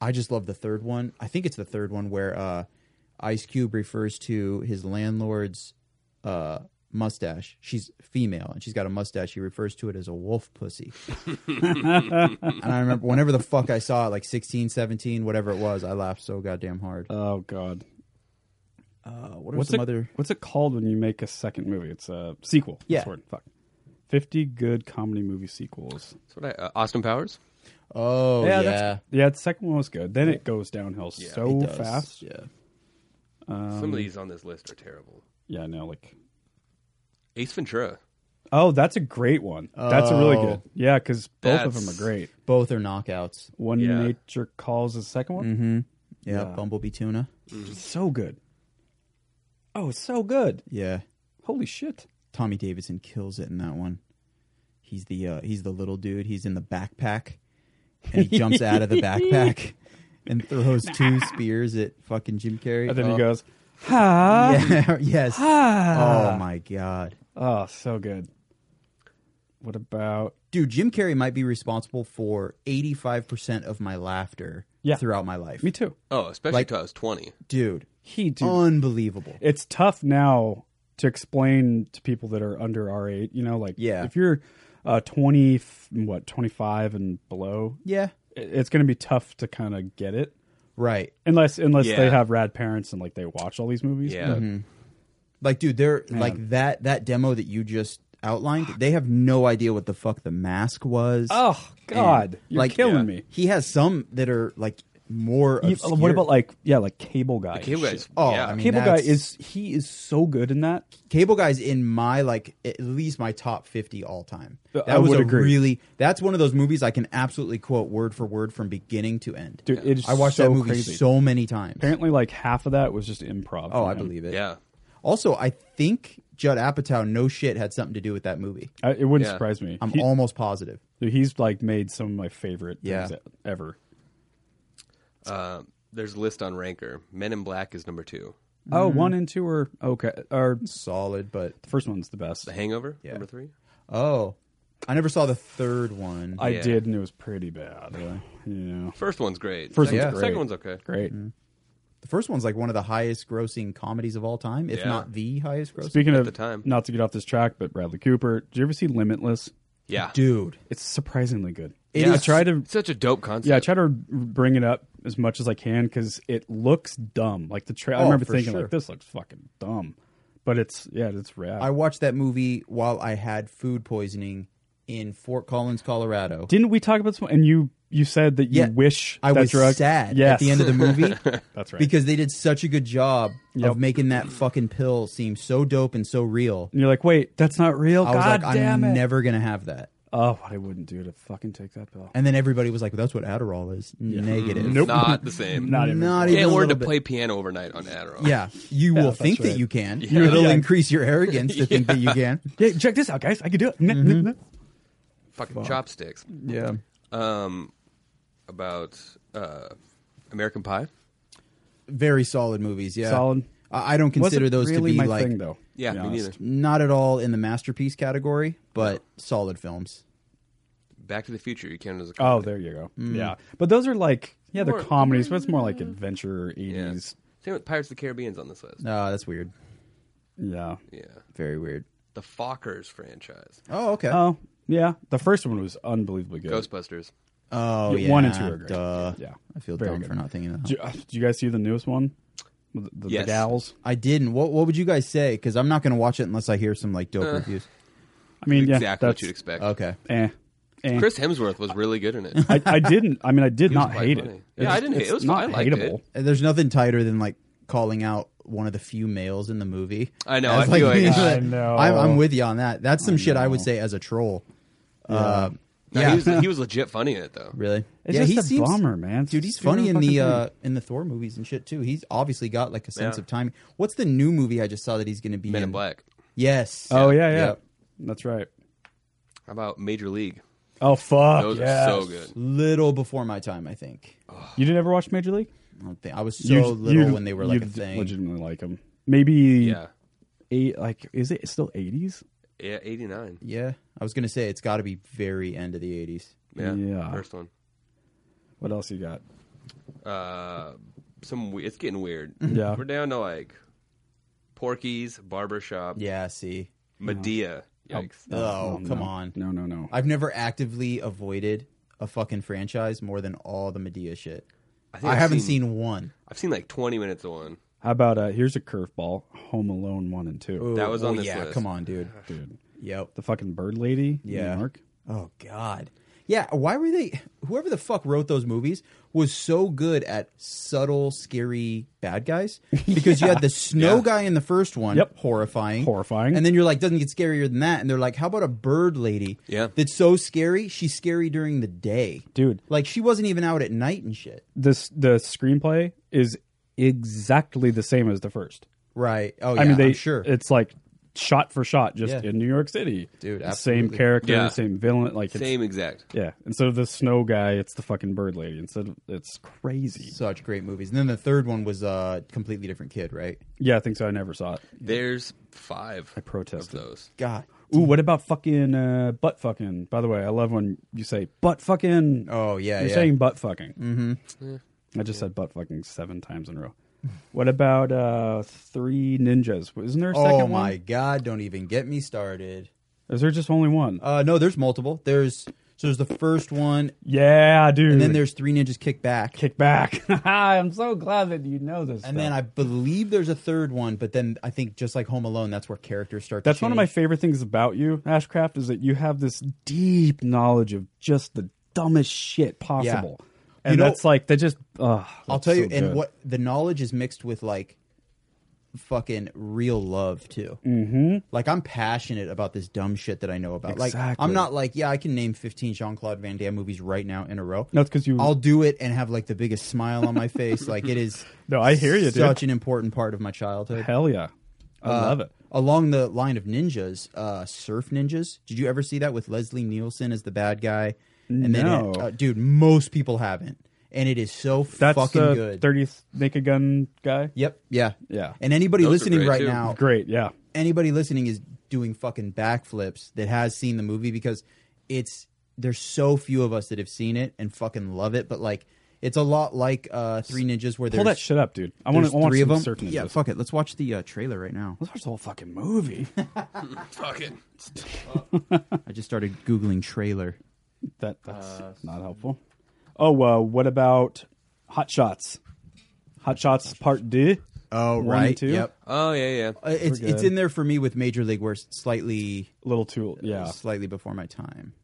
I just love the third one. I think it's the third one where uh Ice Cube refers to his landlord's uh mustache. She's female and she's got a mustache. He refers to it as a wolf pussy. and I remember whenever the fuck I saw it like 16, 17, whatever it was, I laughed so goddamn hard. Uh,
Oh God.
what are
What's
some
it,
other
What's it called when you make a second movie? It's a sequel. That's
Yeah.
the word. Fuck. Fifty good comedy movie sequels.
That's what I, uh, Austin Powers.
Oh, yeah.
that's- yeah. The second one was good. Then it goes downhill so
It does.
fast.
Yeah. Um,
Some of these on this list are terrible.
Yeah. I know. Like.
Ace Ventura.
Oh, that's a great one. That's a really
Oh.
good. Yeah, because both of them
That's-
are great.
Both are knockouts.
One
Yeah.
nature calls the second one.
Yeah,
Yeah.
Bumblebee Tuna.
So good. Oh, so good.
Yeah.
Holy shit.
Tommy Davidson kills it in that one. He's the uh, he's the little dude. He's in the backpack, and he jumps out of the backpack and throws two spears at fucking Jim Carrey.
And then
oh,
he goes, ha.
yeah, yes. Oh my god,
Oh, so good. What about
dude! Jim Carrey might be responsible for eighty five percent of my laughter
Yeah.
throughout my life.
me too?
Oh, especially
Like-
till I was 20.
dude.
He do.
Oh. Unbelievable.
it's tough now to explain to people that are under our age. You know, like
Yeah.
if you're uh, twenty, f- what twenty five and below,
yeah,
i- it's going to be tough to kind of get it.
right.
Unless, unless
Yeah.
they have rad parents and like they watch all these movies.
Yeah.
but-
Mm-hmm. Like, dude, they're
Man.
like that. That demo that you just outlined, they have no idea what the fuck the mask was.
Oh God, you're
like-
killing
Yeah.
me.
He has some that are like more.
You- uh,
Obscure.
what about like yeah, like Cable Guy?
The Cable
Shit.
Guy's.
Oh,
yeah.
I mean-
Cable Guy
that's-
is he is so good in that.
Cable Guy's in my like at least my top fifty all time?
Uh,
That
I
was
would
a
agree.
really. That's one of those movies I can absolutely quote word for word from beginning to end.
Dude, it is
I watched
so
that movie
crazy.
so many times.
Apparently, like half of that was just improv.
oh,
from
I
him.
believe it.
yeah.
Also, I think Judd Apatow, no shit, had something to do with that movie.
I, it wouldn't
Yeah.
surprise me.
I'm
He-
almost positive.
He's like made some of my favorite
Yeah.
things e- ever.
Uh, there's a list on Ranker. Men in Black is number two.
Mm-hmm.
Oh, one and two are okay. Or
Solid, but
the first one's the best.
The Hangover,
Yeah.
number three.
oh, I never saw the third one.
I
Yeah.
did, and it was pretty bad. Yeah, yeah.
First one's great.
First
second,
one's great.
Second one's okay.
great.
the first one's like one of the highest grossing comedies of all time, if
Yeah.
not the highest grossing.
Speaking of
the time.
not to get off this track, but Bradley Cooper. Did you ever see Limitless?
Yeah.
Dude,
It's surprisingly good.
It
yeah, I
is-
try to
Such a dope concept.
Yeah, I try to r- bring it up as much as I can because it looks dumb. Like the tra- I
Oh,
remember
for
thinking
sure.
like this looks fucking dumb, but it's yeah, it's rad.
I watched that movie while I had food poisoning in Fort Collins, Colorado.
Didn't we talk about this one? And you you said that you
Yeah,
wish
I
that
was
drug
sad
yes.
at the end of the movie
That's right.
because they did such a good job
Yep.
of making that fucking pill seem so dope and so real.
and you're like, wait, that's not real.
I was
God
like,
damn
I'm
it!
never gonna have that.
oh, what I wouldn't do to fucking take that pill.
And then everybody was like, "That's what Adderall is." Negative.
Nope.
Not the same.
Not even.
Not even
Can't
a
learn
little
to
bit.
play piano overnight on Adderall.
Yeah, you will
that's
think that
right.
you can. It'll
Yeah.
increase your arrogance to think that you can.
Yeah, check this out, guys. I can do it.
Mm-hmm.
Fucking chopsticks.
Yeah.
Um, about uh, American Pie.
Very solid movies. Yeah.
Solid.
I I don't consider
Wasn't
those
really
to
my
be like
thing, though.
Yeah,
to be
me
honest.
neither.
not at all in the masterpiece category, but solid films.
Back to the Future. You can't as a
Oh,
comedy.
there you go. Yeah, but those are like yeah, they're
Mm. More- Mm.
comedies, but it's more like adventure
Yeah.
eighties.
Same with Pirates of the Caribbean's on this list.
No, Uh, that's weird.
Yeah.
Yeah.
Very weird.
The Fockers franchise.
Oh, okay.
Oh yeah, the first one was unbelievably good.
Ghostbusters.
oh,
Yeah,
yeah.
one and two are great.
Duh.
Yeah.
I feel
Very
dumb
good.
for not thinking of
Do,
that.
uh, do you guys see the newest one? The, the,
Yes.
the gals.
I didn't. What What would you guys say? Because
Uh.
I'm not going to watch it unless I hear some like dope reviews.
I mean, yeah,
exactly what
that's
you'd expect.
Okay.
Eh. And
Chris Hemsworth was really good in it.
I, I didn't. I mean, I did
He was
not
quite
hate
funny.
it.
Yeah, I didn't hate it. It was fine. I liked it.
And there's nothing tighter than like calling out one of the few males in the movie.
I know,
As,
I feel like-
I know.
I'm, I'm with you on that. That's some shit I would
know.
say as a troll. Uh,
No,
yeah,
he, was, he was legit funny in it though.
really.
It's
yeah,
just
he
a
seems,
bummer, man. It's
Dude, he's
just super
funny in
fucking
the uh, in the Thor movies and shit too. He's obviously got like a sense
Yeah.
of timing. What's the new movie I just saw that he's going to be
Men
in?
in Black.
Yes.
Oh yeah, yeah,
Yep.
That's right.
How about Major League?
Oh fuck,
Those
yes.
are so good.
Little before my time, I think.
You didn't ever watch Major League?
I don't think I was so little when they were like a thing.
Legitimately like them. Maybe
Yeah,
eight. Like, is it still eighties?
yeah, eighty nine.
Yeah, I was gonna say it's got to be very end of the eighties.
Yeah,
Yeah.
first one.
What else you got?
Uh, some we- it's getting weird.
Yeah.
we're down to like Porky's Barbershop,
Yeah, see,
Medea. Mm-hmm. Yikes.
Oh,
no,
come
no.
on.
No, no, no.
I've never actively avoided a fucking franchise more than all the Medea shit. I,
think I've
haven't seen, one.
I've seen like twenty minutes of one.
How about uh here's a curveball: Home Alone one and two.
That was
Oh,
on this
yeah,
list.
come on, dude.
Dude,
Yep.
the fucking bird lady. in
Yeah.
New York.
Oh God. Yeah. Why were they? Whoever the fuck wrote those movies was so good at subtle, scary bad guys. Because you had the snow
Yeah.
guy in the first one,
Yep.
horrifying,
Horrifying.
and then you're like, doesn't get scarier than that. And they're like, how about a bird lady?
Yeah.
That's so scary. She's scary during the day,
Dude.
Like she wasn't even out at night and shit.
This the screenplay is exactly the same as the first.
Right. Oh yeah.
I mean, they
am sure.
it's like shot for shot, just
Yeah.
in New York City.
Dude,
The same
absolutely.
character,
Yeah.
same villain, like it's,
Same exact.
Yeah, instead of the snow guy, it's the fucking bird lady. Instead, of, it's crazy.
Such great movies. And then the third one was a uh, completely different kid, right?
Yeah, I think so. I never saw it.
There's five. I
protested.
of those.
God.
Ooh, what about fucking uh, butt fucking? By the way, I love when you say butt fucking.
Oh yeah.
You're
yeah.
saying butt fucking. Mm-hmm. I just said butt fucking seven times in a row. What about uh, three ninjas? Isn't there a second
oh
one?
my God! Don't even get me started.
Is there just only one?
Uh, no, there's multiple. There's so there's the first one,
yeah, dude.
and then there's Three Ninjas Kick Back,
kick back. I'm so glad that you know this.
and then
stuff.
I believe there's a third one. But then I think just like Home Alone, that's where characters start.
That's
to
one of my
change.
favorite things about you, Ashcraft, is that you have this deep knowledge of just the dumbest shit possible. And
You know-
that's like that just uh
I'll tell you, and what the knowledge is mixed with like fucking real love too. Mm-hmm. Like I'm passionate about this dumb shit that I know about. Like
Exactly.
I'm not like yeah, I can name 15 Jean Claude Van Damme movies right now in a row.
No, it's 'cause you-
I'll do it and have like the biggest smile on my face. like it is.
No, I hear you, dude.
Such an important part of my childhood.
hell yeah. I
Uh,
love it.
along the line of ninjas, uh, surf ninjas. Did you ever see that with Leslie Nielsen as the bad guy? And
No.
uh, dude, most people haven't, and it is so
That's
fucking
the
good.
thirtieth naked gun guy.
Yep. Yeah.
Yeah.
And anybody
Those are
listening
great,
right
too.
now,
Great, yeah.
anybody listening is doing fucking backflips that has seen the movie because it's there's so few of us that have seen it and fucking love it, but like. It's a lot like uh, Three Ninjas, where
Pull
there's
that shit up, dude. I want
there's
to watch
three of
some
them.
surf ninjas.
Yeah, fuck it. Let's watch the uh, trailer right now.
Let's watch the whole fucking movie.
Fuck it.
I just started googling trailer.
that that's not helpful. Oh, uh, what about Hot Shots? Hot Shots Part D.
Oh
One and
right,
two?
yep.
Oh yeah, yeah.
Uh, it's it's
good.
in there for me with Major League where it's slightly
Little too, yeah,
slightly before my time.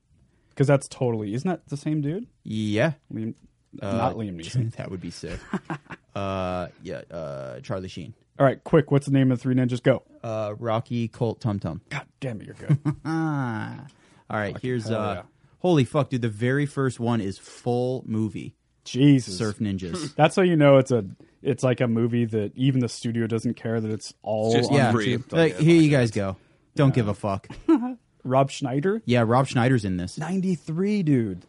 because that's totally isn't that the same dude?
Yeah,
Liam,
Uh,
not Liam Neeson.
that would be sick. uh, yeah, uh, Charlie Sheen,
All right, quick. What's the name of the Three Ninjas? Go.
uh, Rocky Colt Tum Tum.
God damn it, you're good.
Ah, all right. here's uh,
hell yeah.
holy fuck, dude. The very first one is full movie
Jesus.
Surf Ninjas.
That's how you know it's a. It's like a movie that even the studio doesn't care that it's all
It's just
on
yeah,
free.
YouTube.
like, here you guys go. Don't give a fuck.
Rob Schneider,
Yeah, Rob Schneider's in this.
ninety three, dude.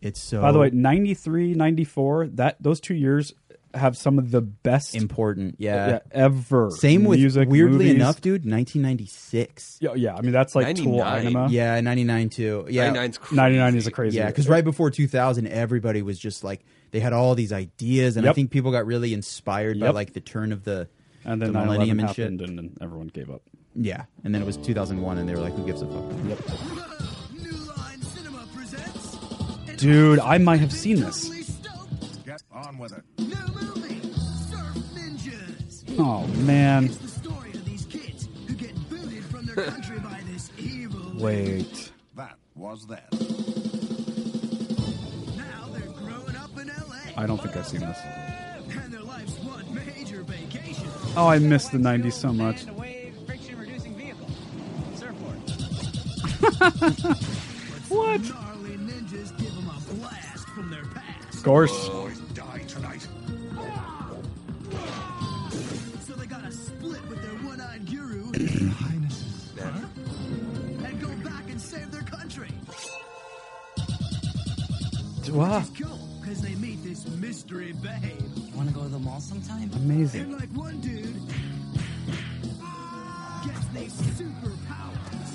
It's so
By the way, 93, 94, That those two years have some of the best
important. Yeah.
yeah, ever.
Same with
music.
weirdly
movies.
enough, dude. 1996.
Yeah, yeah. I mean, that's like Tool
99.
Anima.
Yeah, 99 too. Yeah.
99's crazy.
ninety nine is a crazy.
Yeah,
year.
because right before 2000, everybody was just like, they had all these ideas, and I
Yep.
think people got really inspired by
Yep.
like the turn of the,
and then
the
9/11
millennium and shit.
happened, and then everyone gave up.
Yeah, and then it was 2001, and they were like, who gives a fuck?
Yep.
New Line Cinema presents. an
Dude,
awesome
I might have
and
seen this.
totally stoked
Get on with it. Hmm.
New movie, Surf Ninjas.
Oh man.
It's the story of these kids who get booted from their country by this evil.
Wait.
That was
was then. Now they're growing up in LA.
I don't think I've seen this.
And their life's one major vacation.
Oh, I miss the 90s so much.
What? Gnarly ninjas give 'em a blast from their past.
Of course.
Boys die tonight. So they gotta split with their one-eyed guru highnesses, huh? and go back and save their country.
Wow.
Cool, because they meet this mystery babe.
Want to go to the mall sometime?
And like one dude gets these superpowers.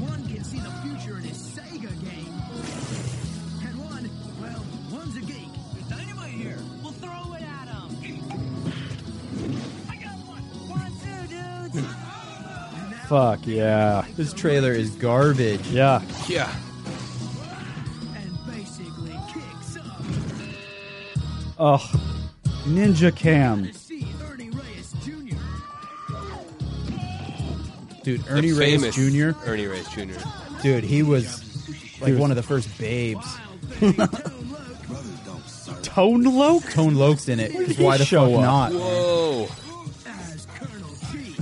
One can see the future in his Sega game. And one, well, one's a geek.
There's dynamite here. We'll throw it at him.
I got one.
One, two, dudes.
And now
Fuck yeah.
This trailer is garbage.
Yeah.
Yeah.
and basically kicks up
Ugh. Ninja Cam.
to see Ernie Reyes Jr.
Dude,
The
Ernie Reyes
famous
Jr.
Ernie Reyes Jr.
Dude, he was like one of the first babes.
Tone Loke?
Tone Loke's in it. 'cause
he
Why the
show
fuck
up?
not?
Whoa.
as Colonel T.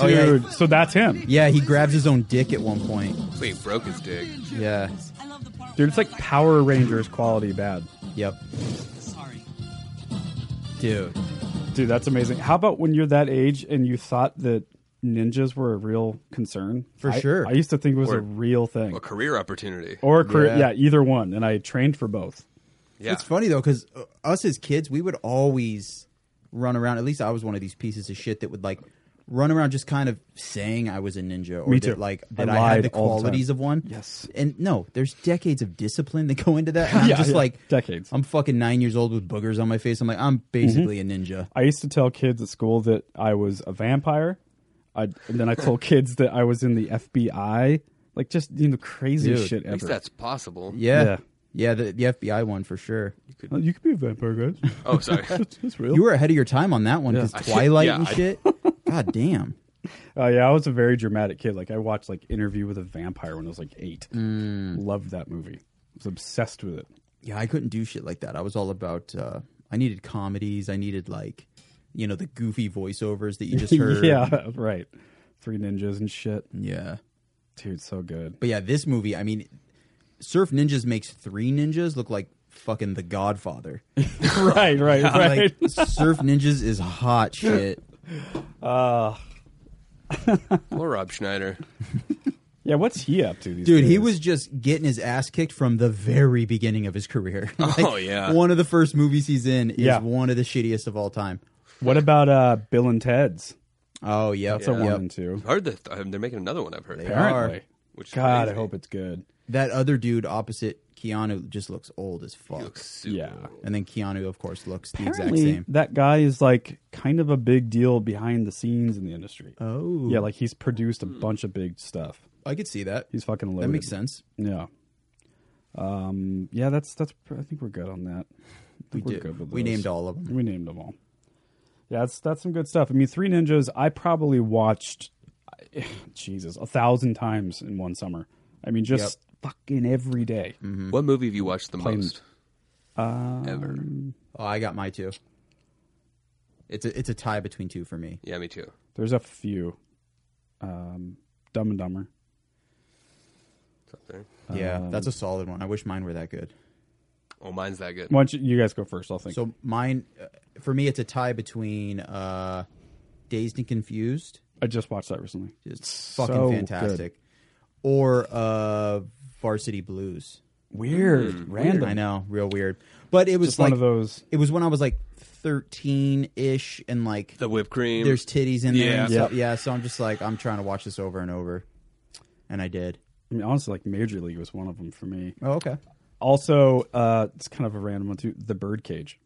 Oh, yeah.
Dude, so that's him.
Yeah, he grabs his own dick at one point.
So he broke his dick.
Yeah.
I love the part.
Dude, it's like Power Rangers quality bad.
Yep.
Sorry.
Dude.
Dude, that's amazing. How about when you're that age and you thought that ninjas were a real concern?
For
I-
sure.
I used to think it was
Or-
a real thing.
A career opportunity.
Or a career,
Yeah.
yeah. either one. And I trained for both.
Yeah.
It's funny though, because us as kids, we would always run around. At least I was one of these pieces of shit that would like run around just kind of saying I was a ninja or
Me
that
too.
like
I
that I, had
lied
the
all the time.
qualities of one.
Yes.
And no, there's decades of discipline that go into that. And I'm
Yeah,
just
yeah.
like
Decades.
I'm fucking nine years old with boogers on my face. I'm like, I'm basically a ninja.
I used to tell kids at school that I was a vampire. I, and then I told kids that I was in the FBI. Like, just, you know, crazy
Dude,
shit
At least
ever.
that's possible.
Yeah. Yeah,
Yeah.
the, the FBI one for sure.
Uh, you could be a vampire, guys.
Oh, sorry.
That's, that's real.
You were ahead of your time on that one because
I should-
Twilight
yeah,
and
I-
shit. God damn.
Oh yeah, I was a very dramatic kid. Like I watched like Interview with a Vampire when I was like eight. Loved that movie. I was obsessed with it.
yeah, I couldn't do shit like that. I was all about uh I needed comedies. I needed like you know the goofy voiceovers that you just heard.
yeah, right. Three ninjas and shit.
yeah.
Dude, so good.
But yeah, this movie, I mean, Surf Ninjas makes three ninjas look like fucking The Godfather.
right, right,
Like
right.
Surf Ninjas is hot shit.
Or Rob Schneider.
yeah, what's he up to? These
Dude, he
days?
was just getting his ass kicked from the very beginning of his career. Like,
Oh, yeah.
One of the first movies he's in is
Yeah.
one of the shittiest of all time.
What about uh, Bill and Ted's?
Oh, yeah.
That's a one
Yep.
and two.
I've heard that um, they're making another one. I've heard.
They are.
Apparently.
Which is
God, I
crazy.
hope it's good.
That other dude opposite Keanu just looks old as fuck.
Looks super.
Yeah.
and then Keanu, of course, looks the exact
Apparently,
same.
that guy is like kind of a big deal behind the scenes in the industry.
Oh,
Yeah, like he's produced
Hmm.
a bunch of big stuff.
I could see that.
He's fucking loaded.
That makes sense.
Yeah. Um. Yeah. That's that's. I think we're good on that. I
We
think we're
did.
good with
We
those.
named all of them.
We named them all. Yeah, that's that's some good stuff. I mean, Three Ninjas. I probably watched, Jesus, a thousand times in one summer. I mean, just fucking every day.
Mm. Mm-hmm.
What movie have you watched the
Plain-
most? Ever.
Oh, I got my two. It's a it's a tie between two for me.
Yeah, me too.
There's a few. Um, Dumb and Dumber.
It's up there.
Yeah,
Um,
that's a solid one. I wish mine were that good.
Oh, mine's that good.
Why don't you, you guys go first? I'll think.
So mine, uh, for me, it's a tie between uh, Dazed and Confused,
I just watched that recently.
just fucking
So good.
fantastic, or uh, Varsity Blues.
Weird, Hmm. random.
I know, real Mm. weird, but it was
Just
like
one of those.
It was when I was like thirteen ish, and like
The whipped cream.
there's titties in there.
Yeah.
and stuff.
Yeah.
yeah. So I'm just like, I'm trying to watch this over and over, and I did.
I mean, honestly, like Major League was one of them for me.
Oh, okay,
Also, uh, it's kind of a random one too. The Birdcage.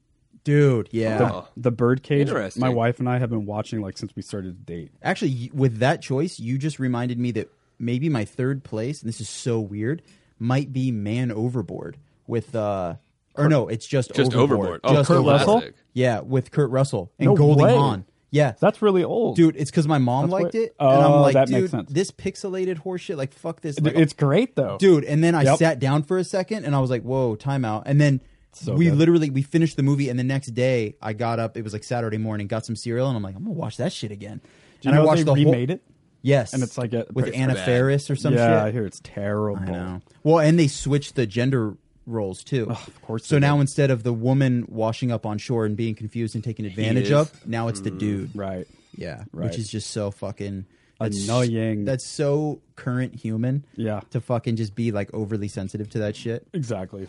dude. Yeah,
Oh.
The Birdcage.
Interesting.
My wife and I have been watching like since we started to date.
actually, y- with that choice, you just reminded me that maybe my third place, and this is so weird, might be Man Overboard with uh, or no, it's just
just overboard. Oh,
Just
Kurt
Overboard.
Russell.
Russell?
Yeah, with Kurt Russell and
No
Goldie
way.
Hawn. Yeah.
That's really old,
Dude, it's because my mom
That's
liked
what-
it, and I'm
Oh,
like,
that
dude,
makes sense.
this pixelated horseshit, like, fuck this.
Dude,
Like,
It's great though,
dude and then i
Yep.
sat down for a second and i was like whoa timeout and then
So
we
good.
literally we finished the movie and the next day i got up it was like saturday morning got some cereal and i'm like i'm gonna watch that shit again
Do you
and
know
i watched
they
the
remade
whole
it?
yes
And it's like a-
with
it's
anna
bad.
Faris or some
yeah, I
shit
hear it's terrible.
I know well and they switched the gender roles too of
course
so
they
now
did.
instead of the woman washing up on shore and being confused and taken advantage
is.
of now it's
Mm,
the dude
Right.
yeah
Right.
which is just so fucking that's-
Annoying.
that's so current human
Yeah.
to fucking just be like overly sensitive to that shit.
Exactly.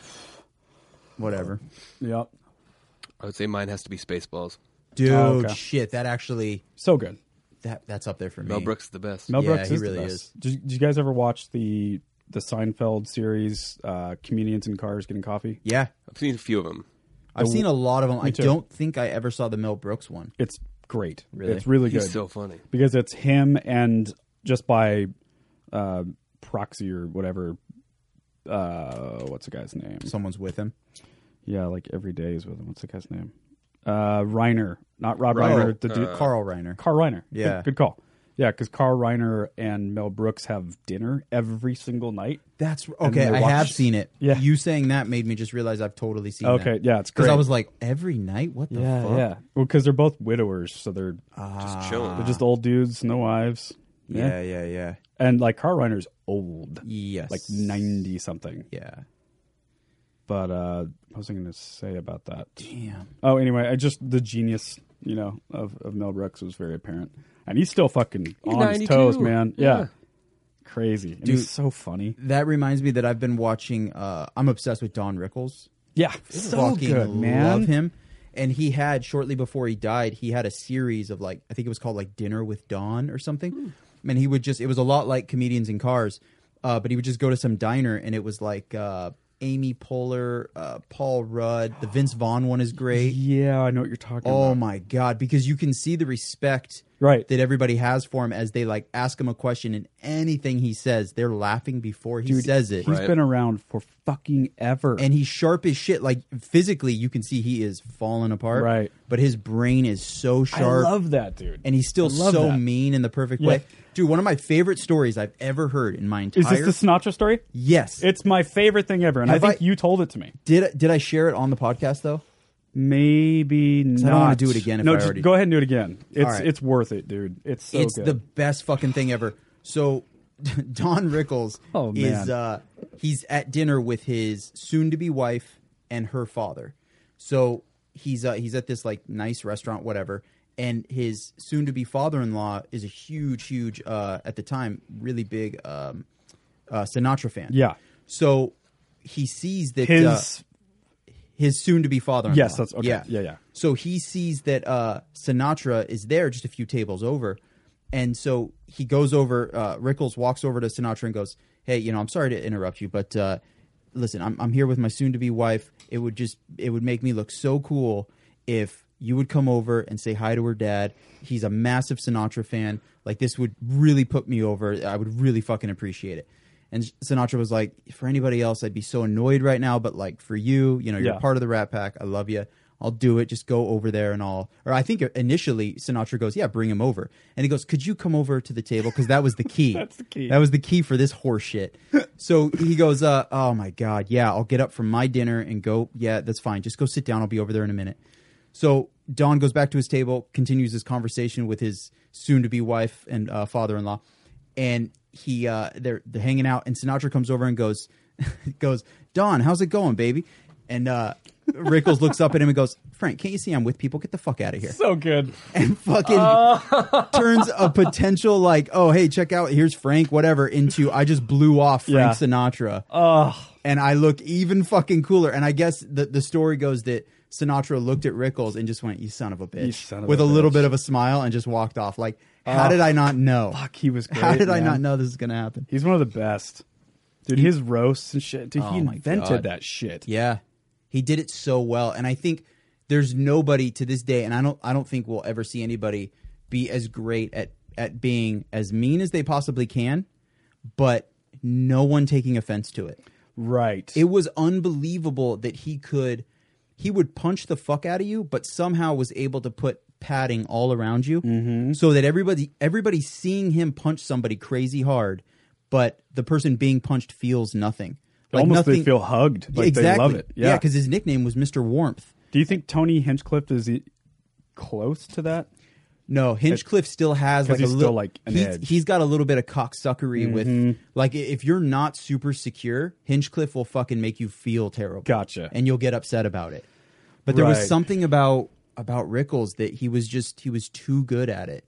Whatever.
Oh, Yeah.
I would say mine has to be Spaceballs.
Dude,
Oh, okay.
shit, that actually
So good.
that that's up there for me.
Mel Brooks is the best.
Mel
Yeah,
Brooks
he
is the
really
best.
is.
Did, did you guys ever watch the the Seinfeld series, uh, comedians in cars getting coffee?
Yeah.
I've seen a few of them.
I've seen a lot of them. I
too.
don't think I ever saw the Mel Brooks one.
It's great.
Really?
It's really good.
He's so funny.
because it's him and just by uh, proxy or whatever. Uh, what's the guy's name?
Someone's with him.
Yeah, like every day is with him. What's the guy's name? Uh, Reiner, not Rob
Right.
Reiner. The dude,
Uh,
Carl Reiner.
Carl Reiner. Good-
Oh, uh, Yeah.
Good, call. Yeah, because Carl Reiner and Mel Brooks have dinner every single night.
That's
And
okay.
they
I
watch-
have seen it.
Yeah.
You saying that made me just realize I've totally seen that.
Okay, yeah, it's
Because I
great.
was like, every night? What the fuck?
yeah. Well, because they're both widowers, so they're
Just chilling.
Ah. they're just old dudes, no wives.
Ah. Yeah, yeah, yeah.
And like Carl Reiner's old,
Yes.
like ninety something.
Yeah.
But uh, what was I going to say about that?
Damn.
Oh, anyway, I just the genius, you know, of, of Mel Brooks was very apparent, and he's still fucking on his
92.
toes, man. Yeah,
Yeah.
crazy. And
Dude.
he's so funny.
That reminds me that I've been watching uh I'm obsessed with Don Rickles.
Yeah, so
fucking
good, man.
love him. And he had shortly before he died, he had a series of like I think it was called like Dinner with Dawn or something. And he would just it was a lot like comedians in cars, uh, but he would just go to some diner and it was like uh, Amy Poehler, uh, Paul Rudd, the Vince Vaughn one is great.
Yeah, I know what you're talking
Oh
about.
my god! Because you can see the respect
Right.
that everybody has for him as they like ask him a question and anything he says, they're laughing before he
Dude,
says it
He's
Right.
been around for fucking ever.
and he's sharp as shit. Like physically, you can see he is falling apart.
Right.
But his brain is so
I
sharp.
love that dude.
and he's still
I love
so
that.
mean in the perfect
Yeah.
way. Dude, one of my favorite stories I've ever heard in my
Is
entire
this the Sinatra story?
Yes.
It's my favorite thing ever, and I
Have
think
I-
you told it to me.
did did I share it on the podcast though?
Maybe not.
I don't wanna do it again if
no,
I
just
already-
go ahead and do it again. It's
right.
it's worth it, dude. It's so
it's
good.
the best fucking thing ever. So Don Rickles
Oh, man.
is uh he's at dinner with his soon to be wife and her father. So he's uh he's at this like nice restaurant whatever and his soon to be father-in-law is a huge huge uh at the time really big um uh Sinatra fan.
Yeah.
So he sees that
his
uh, his soon to be father in law.
Yes, that's- okay. Yeah, yeah.
So he sees that uh, Sinatra is there just a few tables over. And so he goes over, uh, Rickles walks over to Sinatra and goes, Hey, you know, I'm sorry to interrupt you, but uh, listen, I'm, I'm here with my soon to be wife. It would just, it would make me look so cool if you would come over and say hi to her dad. He's a massive Sinatra fan. Like, this would really put me over. I would really fucking appreciate it. And Sinatra was like, for anybody else, I'd be so annoyed right now, but like for you, you know, you're
Yeah.
part of the Rat Pack. I love you. I'll do it. Just go over there and I'll. Or I think initially Sinatra goes, yeah, bring him over. And he goes, could you come over to the table? Because that was the key.
That's the key.
That was the key for this horse shit. so he goes, uh, oh my God. Yeah, I'll get up from my dinner and go. Yeah, that's fine. Just go sit down. I'll be over there in a minute. So Don goes back to his table, continues his conversation with his soon-to-be wife and uh, father-in-law, and he uh, they're they're hanging out. And Sinatra comes over and goes, goes, Don, how's it going, baby? And uh, Rickles looks up at him and goes, Frank, can't you see I'm with people? Get the fuck out of here!
so good.
And fucking
Oh.
turns a potential like, oh hey, check out here's Frank, whatever, into I just blew off Frank
Yeah. Oh.
Sinatra and I look even fucking cooler. And I guess the, the story goes that Sinatra looked at Rickles and just went, "You son of a bitch,"
You son of
with a,
a
little
bitch. Oh.
bit of a smile, and just walked off. Like, how did I not know?
Fuck, he was
how
great,
did I
man.
not know this is gonna happen?
He's one of the best, dude. his roasts and shit. Dude, he
Oh my God.
invented that shit.
Yeah, he did it so well, and I think there's nobody to this day, and I don't, I don't think we'll ever see anybody be as great at at being as mean as they possibly can, but no one taking offense to it.
Right.
It was unbelievable that he could he would punch the fuck out of you, but somehow was able to put padding all around you
Mm-hmm.
so that everybody everybody's seeing him punch somebody crazy hard, but the person being punched feels nothing. Like
Almost
nothing,
they feel hugged. Like
exactly.
they love it. Yeah.
because his nickname was Mister Warmth.
Do you think Tony Hinchcliffe is e- close to that?
No, Hinchcliffe still has
'Cause
like a
he's
little.
still, like, an
he's-
edge. Mm-hmm.
he's got a little bit of cocksuckery with like i- if you're not super secure, Hinchcliffe will fucking make you feel terrible.
Gotcha.
and you'll get upset about it. But there was
Right.
something about about Rickles that he was just he was too good at it.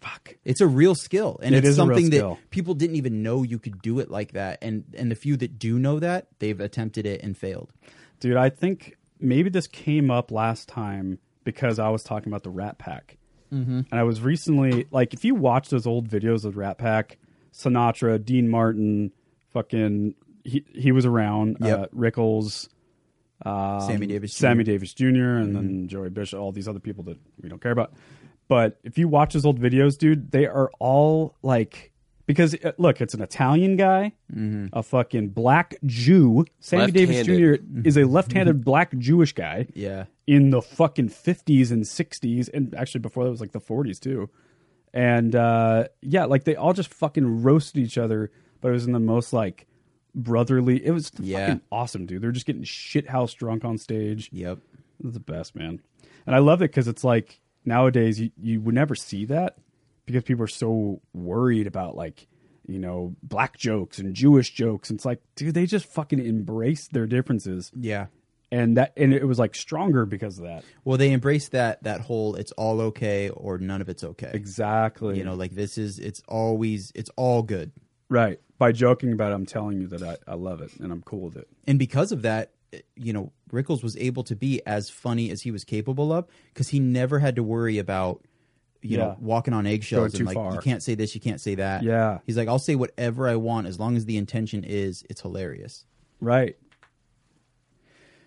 Fuck.
It's a real skill, and
It
it's
is a real
something
skill.
that people didn't even know you could do it like that. And and the few that do know that, they've attempted it and failed.
Dude, I think maybe this came up last time because I was talking about the Rat Pack. Mm-hmm. And I was recently, like, if you watch those old videos of Rat Pack, Sinatra, Dean Martin, fucking, he, he was around, uh,
Yep.
Rickles, um,
Sammy Davis Mm-hmm. Jr..
Sammy Davis Jr., and then Joey Bishop, all these other people that we don't care about. But if you watch his old videos, dude, they are all like, because uh, look, it's an Italian guy,
Mm-hmm.
a fucking black Jew. Sammy Davis Jr.
Left-handed.
is a left-handed black Jewish guy.
Mm-hmm. Yeah.
In the fucking fifties and sixties, and actually before that was like the forties too. And uh, yeah, like they all just fucking roasted each other, but it was in the most like brotherly. It was
Yeah.
fucking awesome, dude. They're just getting shit house drunk on stage.
Yep.
It's the best, man. And I love it because it's like nowadays you, you would never see that because people are so worried about like, you know, black jokes and Jewish jokes. And it's like, dude, they just fucking embrace their differences.
Yeah.
And that, and it was like stronger because of that.
Well, they embrace that that whole it's all okay or none of it's okay.
Exactly.
You know, like this is it's always it's all good.
right. By joking about it, I'm telling you that I, I love it and I'm cool with it.
And because of that, it- you know, Rickles was able to be as funny as he was capable of because he never had to worry about you
Yeah.
know walking on
Going
eggshells and
too
like
far.
you can't say this, you can't say that.
Yeah.
He's like I'll say whatever I want as long as the intention is it's hilarious.
Right.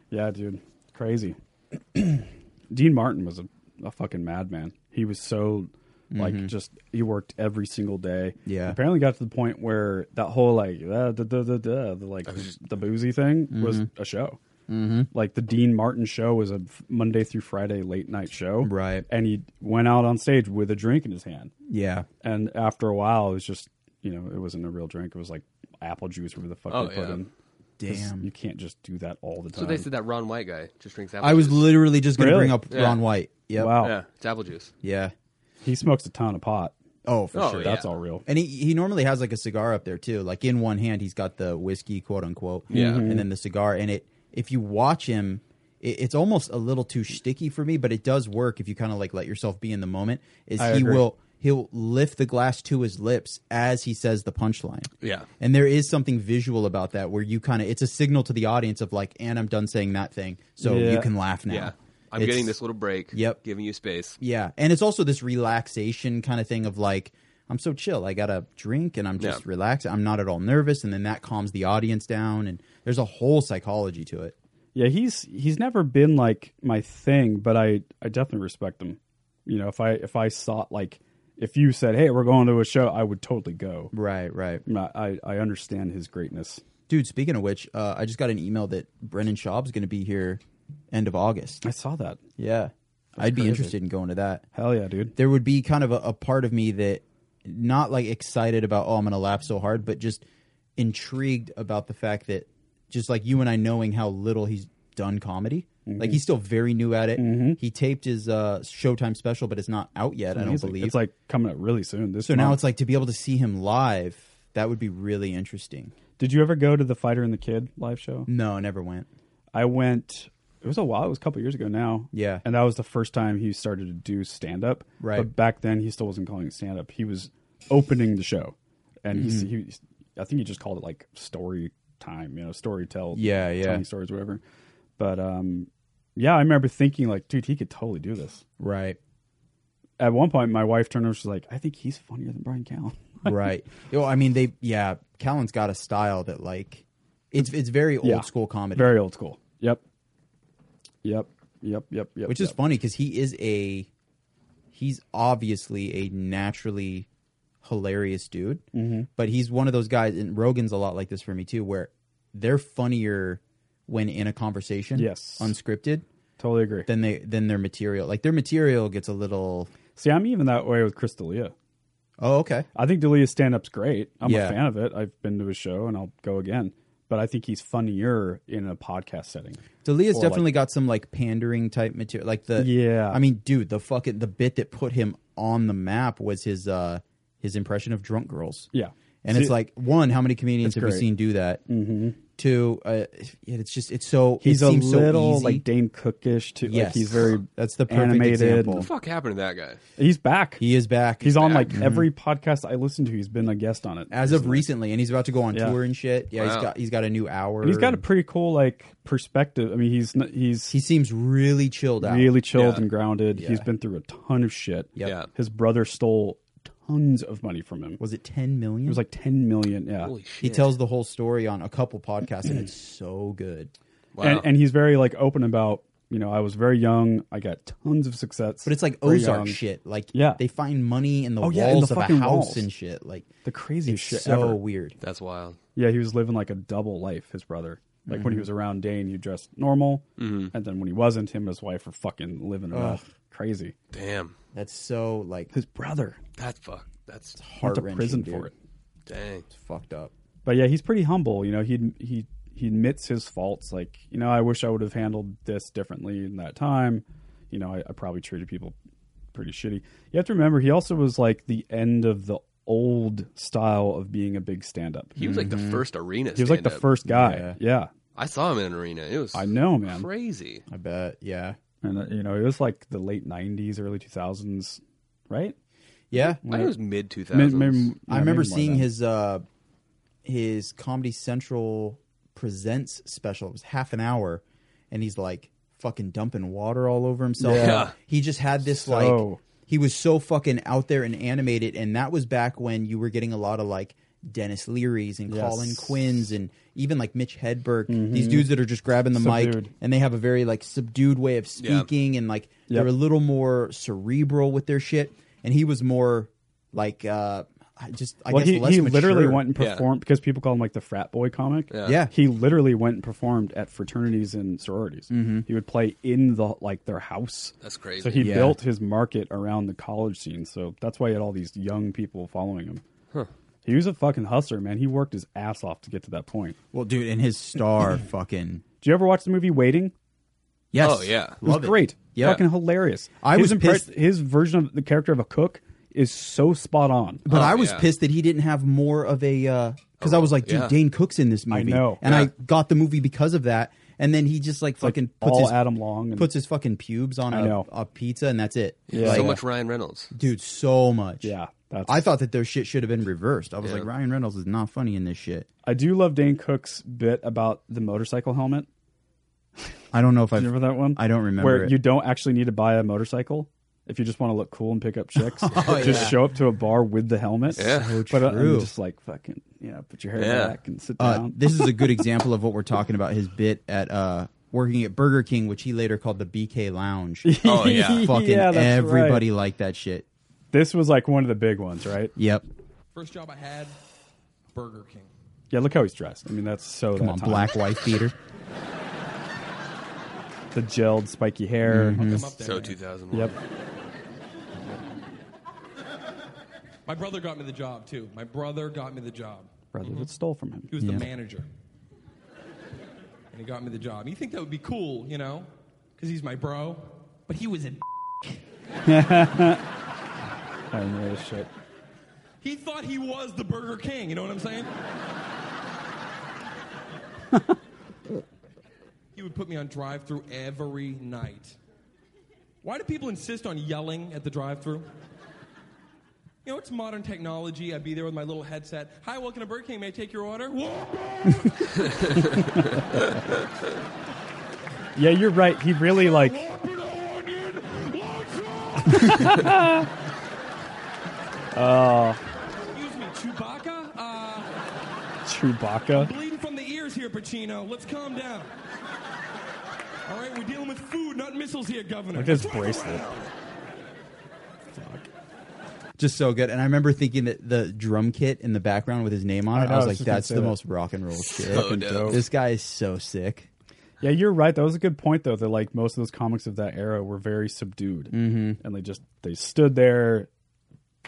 Yeah, dude. Crazy. Dean Martin was a, a fucking madman. He was so like just he worked every single day.
Mm-hmm. Yeah.
Apparently got to the point where that whole like uh, da, da, da, da, da, the like the boozy thing was a show. Mm-hmm. Like the Dean Martin show was a f- Monday through Friday late night show.
Right.
And he went out on stage with a drink in his hand.
Yeah.
And after a while it was just you know, it wasn't a real drink. It was like apple juice, whatever the fuck
Oh,
they put
yeah.
in. 'Cause You
Damn.
can't just do that all the time.
So they said that Ron White guy just drinks apple
I was
juice.
literally just going to
Really?
bring up
Yeah.
Ron White. Yep.
Wow.
Yeah, it's apple juice.
Yeah.
He smokes a ton of pot.
Oh, for
Oh,
sure.
yeah.
That's all real.
And he, he normally has like a cigar up there too. Like in one hand, he's got the whiskey, quote unquote.
Yeah.
Mm-hmm.
Mhm.
And then the cigar. And it, if you watch him, it, it's almost a little too shticky for me, but it does work if you kind of like let yourself be in the moment. Is
I
he
agree.
will he'll lift the glass to his lips as he says the punchline.
Yeah.
And there is something visual about that where you kind of it's a signal to the audience of like, and I'm done saying that thing, so
Yeah.
you can laugh now.
Yeah. I'm
It's-
getting this little break.
Yep.
Giving you space.
yeah, and it's also this relaxation kind of thing of like I'm so chill. I got a drink and I'm just
Yeah.
relaxed. I'm not at all nervous, and then that calms the audience down. And there's a whole psychology to it.
Yeah, he's he's never been like my thing, but I I definitely respect him. You know, if I if I sought like if you said, "Hey, we're going to a show," I would totally go.
Right, right,
I'm not- I I understand his greatness.
dude. Speaking of which, uh, I just got an email that Brendan Schaub's going to be here end of August.
I saw that.
Yeah, I'd be interested in going to that.
Hell yeah, dude.
There would be kind of a, a part of me that not like excited about oh I'm going to laugh so hard, but just intrigued about the fact that just like you and I knowing how little he's done comedy.
Mm-hmm.
Like he's still very new at it. He taped his uh, Showtime special, but it's not out yet. I don't
Amazing.
believe.
It's like coming up really soon. This
so now it's like to be able to see him live. That would be really interesting.
Did you ever go to the Fighter and the Kid live show?
No, I never went.
I went. It was a while. It was a couple years ago now.
Yeah.
and that was the first time he started to do stand up.
Right.
But back then, he still wasn't calling it stand up. He was opening the show, and he s
Mm-hmm.
he, I think he just called it like story time. You know, story tell.
Yeah, yeah.
Telling stories, whatever. But um, yeah, I remember thinking like, dude, he could totally do this.
Right.
At one point, my wife turned over. She's like, I think he's funnier than Brian Callen.
right. Yo, I mean they yeah, Callan's got a style that like it's it's very old
Yeah.
school comedy.
Very old school. Yep. Yep. Yep. Yep. Yep.
which is
yep.
funny because he is a he's obviously a naturally hilarious dude
Mm-hmm.
but he's one of those guys and rogan's a lot like this for me too where they're funnier when in a conversation
Yes.
unscripted
Totally agree.
than they than their material. Like their material gets a little.
See, I'm even that way with Chris D'Elia.
Oh, okay.
I think D'Elia's stand up's great. I'm
Yeah.
a fan of it. I've been to his show and I'll go again. But I think he's funnier in a podcast setting.
Delia's
Or,
definitely
like-
got some like pandering type material. Like the
Yeah.
I mean, dude, the fucking the bit that put him on the map was his uh his impression of drunk girls.
Yeah.
and
See-
it's like one, how many
It's
comedians have you
great.
seen do that? Mm-hmm. Two, uh, yeah, it's just it's so
He's
it
a
seems so
little
easy.
like Dane Cookish too. Like
Yes.
he's very
That's the perfect
animated.
example.
What the fuck happened to that guy?
He's back.
he is back. Mm-hmm.
he's on like
back.
every podcast I listen to. He's been a guest on it
as of recently, and he's about to go on
Yeah.
tour and shit. Yeah, he's
Wow.
got he's got a new hour.
And he's got a
and
pretty cool like perspective. I mean, he's n- he's
he seems really chilled out.
really chilled
Yeah.
and grounded.
Yeah.
He's been through a ton of shit.
Yep.
Yeah.
His brother stole tons of money from him.
was it ten million?
It was like ten million. Yeah.
Holy
he
shit!
tells the whole story on a couple podcasts, and it's so good.
wow.
and, and he's very like open about you know I was very young. I got tons of success,
But it's like
very young.
Ozark shit. Like
Yeah.
they find money in the
Oh,
walls
yeah, in the
of a house
fucking walls.
and shit. Like
The craziest shit
so
ever.
weird.
that's wild.
Yeah, he was living like a double life. His brother, like
Mm-hmm.
when he was around Dane, he dressed normal, and then when he wasn't, him and his wife were fucking living it up. crazy.
Damn,
That's so like
His brother
that's fuck. That's
heart
went to prison for it.
dang.
It's fucked up.
But yeah, he's pretty humble. You know, he he he admits his faults. Like you know, I wish I would have handled this differently in that time. You know, I, I probably treated people pretty shitty. You have to remember, he also was like the end of the old style of being a big stand-up.
He was like the first arena.
Mm-hmm. He was like the
stand-up.
first guy.
Yeah.
Yeah.
I saw him in an arena. It was
I know, man.
crazy.
I bet. Yeah.
And uh, you know, it was like the late '90s, early 2000s, right?
Yeah.
I think it was mid two
May-
thousands.
maybe- yeah,
I remember
maybe more
seeing
then.
his uh his Comedy Central presents special. It was half an hour and he's like fucking dumping water all over himself.
Yeah.
He just had this like
So-
he was so fucking out there and animated and that was back when you were getting a lot of like Dennis Leary's and Colin Quinn's and even like Mitch Hedberg, these dudes that are just grabbing the mic
Mm-hmm. Subdued.
and they have a very like subdued way of
Yeah.
speaking and like they're
Yep.
a little more cerebral with their shit and he was more like uh I just I
well,
guess
he,
less
he literally
mature.
went and
Yeah.
performed because people call him like the frat boy comic.
Yeah.
yeah
He literally went and performed at fraternities and sororities. He would play in the like their house.
That's crazy.
So he
Mm-hmm. Yeah.
built his market around the college scene. So that's why he had all these young people following him. He was a fucking hustler, man. He worked his ass off to get to that point.
well dude and his star fucking
Did you ever watch the movie Waiting?
yes
Oh, yeah. It
It was
Love
great.
yeah
Fucking hilarious.
I
his
was
impre-
pissed-
his version of the character of a cook is so spot on.
but
Oh,
I was
yeah. Oh,
pissed that he didn't have more of a uh because I was like dude
Yeah.
Dane Cook's in this movie
know.
and I
Yeah.
got the movie because of that and then he just like fucking puts
all
his
Adam Long and-
puts his fucking pubes on
I
a,
know.
a pizza and that's it
Yeah.
so
Like,
much Ryan Reynolds.
dude so much
Yeah, that's
I thought that their shit should have been reversed I was
Yeah.
like Ryan Reynolds is not funny in this shit
I do love Dane Cook's bit about the motorcycle helmet.
I don't know if I
Do you remember that one?
I don't remember
Where
it.
you don't actually need to buy a motorcycle if you just want to look cool and pick up chicks. just
Oh, yeah.
show up to a bar with the helmet.
Yeah. So
But uh,
true.
I'm just like fucking, you know, put your hair
Yeah.
back and sit
Uh,
down.
this is a good example of what we're talking about. His bit at uh, working at Burger King, which he later called the BK Lounge.
Oh yeah.
Fucking
Yeah, that's
everybody
right.
liked that shit.
This was like one of the big ones, right?
Yep.
First job I had, Burger King.
Yeah, look how he's dressed. I mean, that's so
Come
that
on,
time.
black wife beater.
The gelled, spiky hair.
Mm-hmm.
I'm up there.
So
man.
two thousand one.
Yep.
My brother got me the job too. My brother got me the job.
Brother that stole from him.
He was
Yeah.
the manager, and he got me the job. You think that would be cool, you know? Because he's my bro. But he was a.
I remember this shit.
He thought he was the Burger King. You know what I'm saying? he would put me on drive-through every night. Why do people insist on yelling at the drive-through? You know, it's modern technology. I'd be there with my little headset. Hi, welcome to Burger King. May I take your order?
Yeah, you're right. He really like.
Excuse me, Chewbacca? Uh,
Chewbacca.
bleeding from the ears here, Pacino. Let's calm down. All right, we're dealing with food, not missiles here, Governor.
Look at his
Drive
bracelet.
around.
Just so good. And I remember thinking that the drum kit in the background with his name on it, I,
know,
was
I was
like,
just gonna
that's
say
the
that.
most rock and roll shit.
So dope.
This guy is so sick.
Yeah, you're right. That was a good point, though. That like most of those comics of that era were very subdued, mm-hmm. and they just they stood there.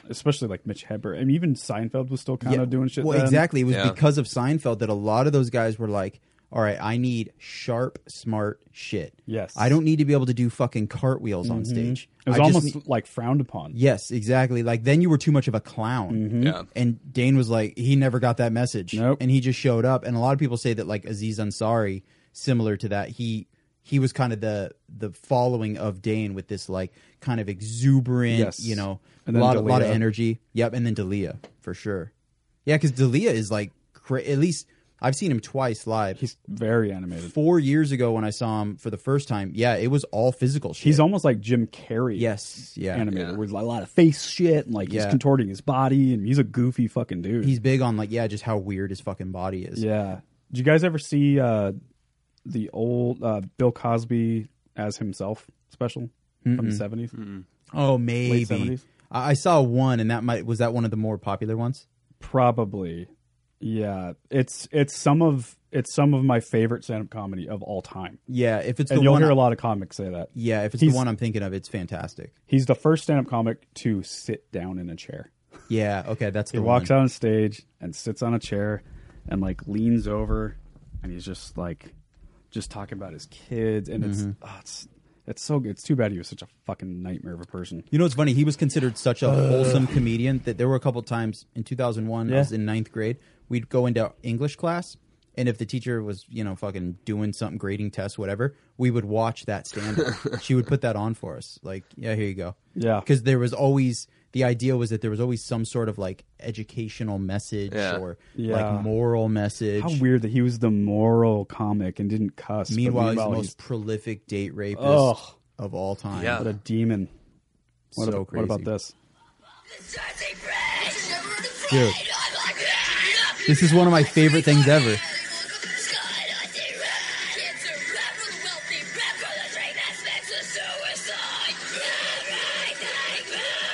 Especially like Mitch Hedberg, I mean, even Seinfeld was still kind
Yeah,
of doing shit.
Well,
then.
exactly. It was
Yeah.
because of Seinfeld that a lot of those guys were like, "All right, I need sharp, smart shit.
Yes. Mm-hmm.
I don't need to be able to do fucking cartwheels on stage.
It was
I just
almost
need-
like frowned upon.
yes, exactly. Like then you were too much of a clown.
Yeah.
And Dane was like, he never got that message.
Mm-hmm. Nope.
And he just showed up. And a lot of people say that like Aziz Ansari, similar to that, he he was kind of the the following of Dane with this like kind of exuberant,
Yes.
you know, a
And then
lot a lot of
D'Elia.
energy. Yep, and then Dalia for sure. Yeah, because Dalia is like cra- at least I've seen him twice live.
He's very animated.
Four years ago when I saw him for the first time, yeah, it was all physical shit.
He's almost like Jim Carrey.
yes, yeah.
Animated
Yeah.
with a lot of face shit and like
Yeah.
he's contorting his body and he's a goofy fucking dude.
He's big on like yeah, just how weird his fucking body is.
yeah. Did you guys ever see uh the old uh Bill Cosby as himself special from the 70s
Oh, maybe.
70s?
I I saw one, and that might was that one of the more popular ones.
Probably. Yeah. It's it's some of it's some of my favorite stand-up comedy of all time.
Yeah, if it's
And
the
you'll
one.
hear a lot of comics say that.
Yeah, if it's
He's-
the one I'm thinking of, it's fantastic.
He's the first stand-up comic to sit down in a chair.
Yeah, okay, that's
He
the
walks
one.
out on stage and sits on a chair and like leans over and he's just like just talking about his kids and it's,
Mm-hmm.
ah, it's it's so good. It's too bad he was such a fucking nightmare of a person.
You know what's funny? He was considered such a wholesome comedian that there were a couple times in 2001. I
Uh. Yeah.
was in ninth grade. We'd go into English class, and if the teacher was you know fucking doing something, grading tests, whatever, we would watch that stand up. she would put that on for us. Like, yeah, here you go.
Yeah.
because there was always the idea was that there was always some sort of like educational message
Yeah.
or
Yeah.
like moral message.
How weird that he was the moral comic and didn't cuss. but
Meanwhile, he's the
meanwhile,
most prolific date rapist
Ugh.
of all time.
Yeah.
what a demon. What,
So
ab-
crazy.
what about this?
Dude. This is one of my favorite things ever.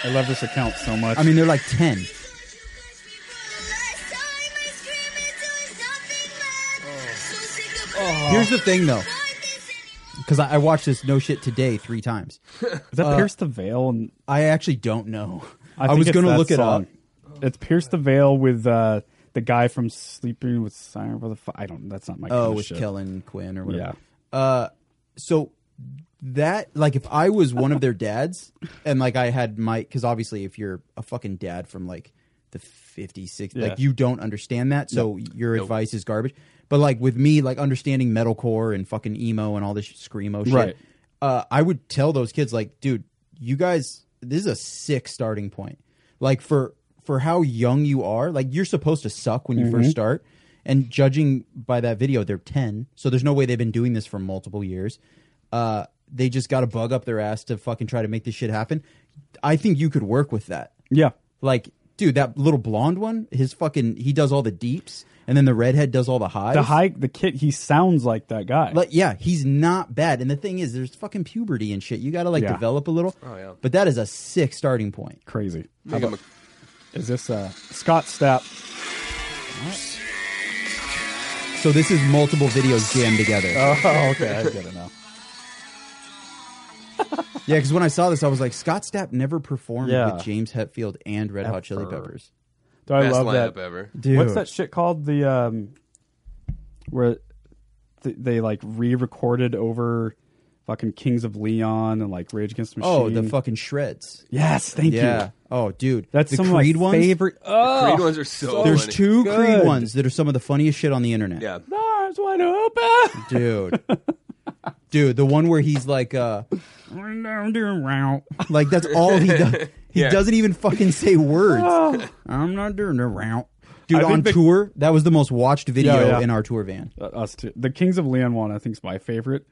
I love this account so much.
I mean, they're like 10. Here's the thing, though, because I, I watched this no shit today three times.
is that Pierce the Veil? And
I actually don't know. I,
think
was
it's
going to
that
look it
song.
up.
It's Pierce the Veil with uh, the guy from Sleeping with Siren. What the fu- I don't. That's not my. kind
Oh,
of
with
shit.
Kellen Quinn or whatever.
Yeah.
Uh, so that like if I was one of their dads and like I had my because obviously if you're a fucking dad from like the 50s, 60s,
Yeah.
like you don't understand that, so your advice is garbage. But like with me, like understanding metalcore and fucking emo and all this screamo shit,
Right.
uh, I would tell those kids like, dude, you guys, this is a sick starting point. Like for for how young you are, like you're supposed to suck when you
Mm-hmm.
first start. And judging by that video, they're ten, so there's no way they've been doing this for multiple years. Uh, they just got a bug up their ass to fucking try to make this shit happen. I think you could work with that.
Yeah.
Like, dude, that little blonde one, his fucking, he does all the deeps, and then the redhead does all the highs.
The high, the kid, he sounds like that guy.
But yeah, he's not bad. And the thing is, there's fucking puberty and shit. You gotta like
Yeah.
develop a little.
Oh, yeah.
But that is a sick starting point.
Crazy. How
Make him
about, is this uh, Scott Stapp?
So this is multiple videos jammed together.
Oh, okay. I get it now.
yeah, because when I saw this, I was like, Scott Stapp never performed
Yeah.
with James Hetfield and Red Hot Chili
Ever.
Peppers.
Do I
Best
love
lineup
that?
ever.
Dude.
What's that shit called? The um, where th- they like re-recorded over fucking Kings of Leon and like Rage Against the Machine.
Oh, the fucking shreds.
Yes, thank
yeah.
you.
Oh, dude.
That's
the
some
Creed
of my
ones.
favorite. Oh,
Creed ones are so
There's
funny.
two Creed
Good.
ones that are some of the funniest shit on the internet.
Yeah.
arms wide open.
Dude. Dude, the one where he's like, uh,
I'm doing round.
Like that's all he does. He
Yeah.
doesn't even fucking say words. I'm not doing a round. Dude,
I've been
on
big-
tour, that was the most watched video
Yeah, yeah.
in our tour van.
Uh, us too. The Kings of Leon one, I think, is my favorite.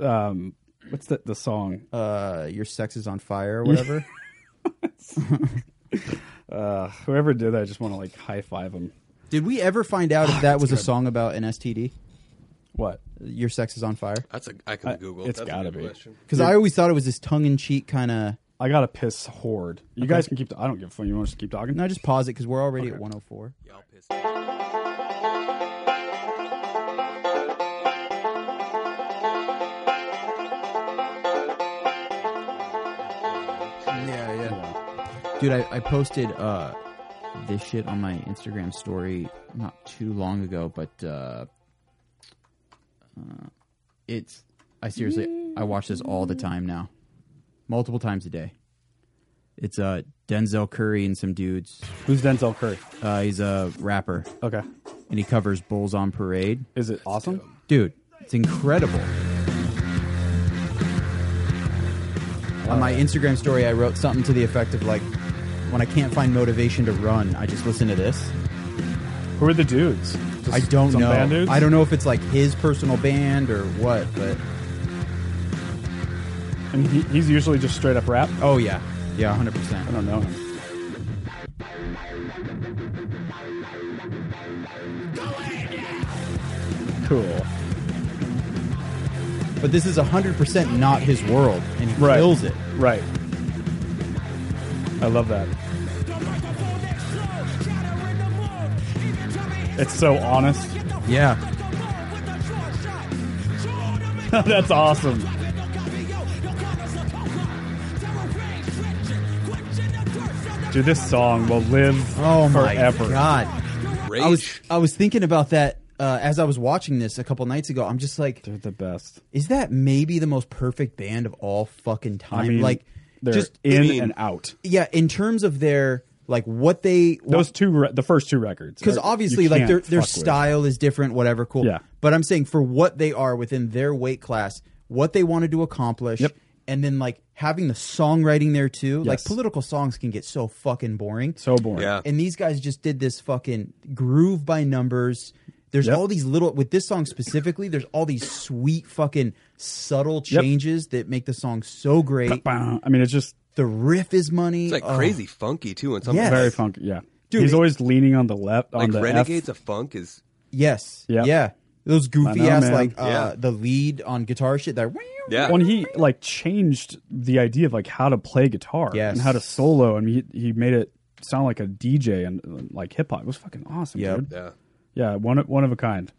Um, what's that? The song?
Uh, your sex is on fire or whatever.
Uh, whoever did that, I just want to like high five him.
Did we ever find out if that was a song about an STD?
What?
Your sex is on fire?
That's a I can Google.
it's
That's a
gotta
good
be.
question.
Because I always thought it was this tongue in cheek kind of.
I got a piss horde. You guys can keep. I don't give a fuck. You want us to keep talking?
No, just pause it because we're already at 104.
Y'all pissed.
Dude, I, I posted uh, this shit on my Instagram story not too long ago, but uh, uh, it's. I seriously, I watch this all the time now, multiple times a day. It's uh, Denzel Curry and some dudes.
Who's Denzel Curry?
Uh, he's a rapper,
Okay.
and he covers Bulls on Parade.
Is it awesome?
Dude, it's incredible. On my Instagram story, I wrote something to the effect of like, when I can't find motivation to run, I just listen to this.
Who are the dudes? Just
I don't
some
know.
Band dudes?
I don't know if it's like his personal band or what, but
And he, he's usually just straight up rap.
oh yeah, yeah, hundred
I
percent.
don't know him. Cool.
But this is hundred percent not his world, and he
Right.
kills it.
Right. I love that. It's so honest.
Yeah.
That's awesome. Dude, this song will live
Oh my
forever.
god.
Rage.
I was I was thinking about that uh, as I was watching this a couple nights ago. I'm just like,
They're the best.
is that maybe the most perfect band of all fucking time?
I mean,
like,
they're
just
in
mean-
and out.
yeah, in terms of their like what they
Those two, re- the first two records,
because
are- you
obviously like
can't
their their
fuck with.
style is different, whatever, cool.
Yeah.
But I'm saying for what they are within their weight class, what they wanted to accomplish,
Yep.
and then like having the songwriting there too. Like
Yes.
political songs can get so fucking boring.
So boring.
Yeah.
and these guys just did this fucking groove by numbers. There's
Yep.
all these little with this song specifically. There's all these sweet fucking subtle
Yep.
changes that make the song so great.
Bah, I mean, it's just
The riff is money.
it's like
Oh,
crazy funky too, and something
Yes.
very funky. uh, Yeah.
Dude,
He's
it-
always leaning on the left, on
like
the F.
Renegades of Funk is
Yes.
Yep.
Yeah. Those goofy
I know,
ass
man.
like uh,
Yeah.
the lead on guitar shit. That Uh,
yeah.
when he like changed the idea of like how to play guitar
Yes.
and how to solo and he, he made it sound like a DJ and uh, like hip hop. It was fucking awesome,
Yep.
dude.
yeah.
Yeah, one one of a kind.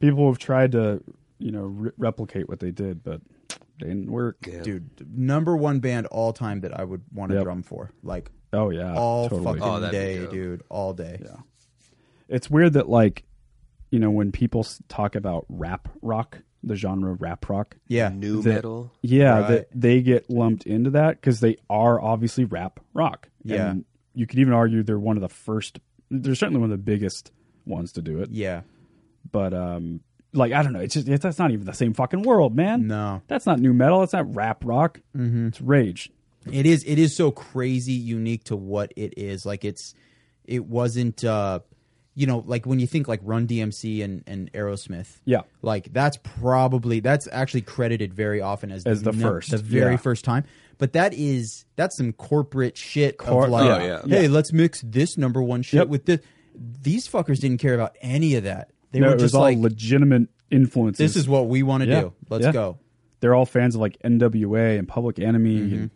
People have tried to, you know, re- replicate what they did, but they didn't work.
Yeah.
dude number one band all time that I would want to
Yep.
drum for. Like
Oh yeah,
all
totally.
fucking
Oh, that'd be
day,
dope.
dude. All day.
Yeah. It's weird that like, you know, when people s- talk about rap rock, the genre rap rock,
Yeah.
new
that-
metal.
Yeah,
Right.
that they get lumped into that because they are obviously rap rock.
Yeah.
And you could even argue they're one of the first. They're certainly one of the biggest ones to do it.
Yeah.
But um, like I don't know, it's just it's, that's not even the same fucking world, man.
No.
that's not new metal. That's not rap rock. Mm-hmm. It's rage.
It is it is so crazy unique to what it is. Like it's it wasn't uh you know, like when you think like Run DMC and, and Aerosmith.
Yeah.
Like that's probably that's actually credited very often as
As the
num-
first,
the very
yeah.
first time. But that is that's some corporate shit
Cor-
of like
Oh, yeah.
hey, let's mix this number one shit
Yep.
with this these fuckers didn't care about any of that. They
no,
were
it was
just
all
like
legitimate influences.
this is what we want to
Yeah,
do. Let's
yeah.
go.
They're all fans of like NWA and Public Enemy and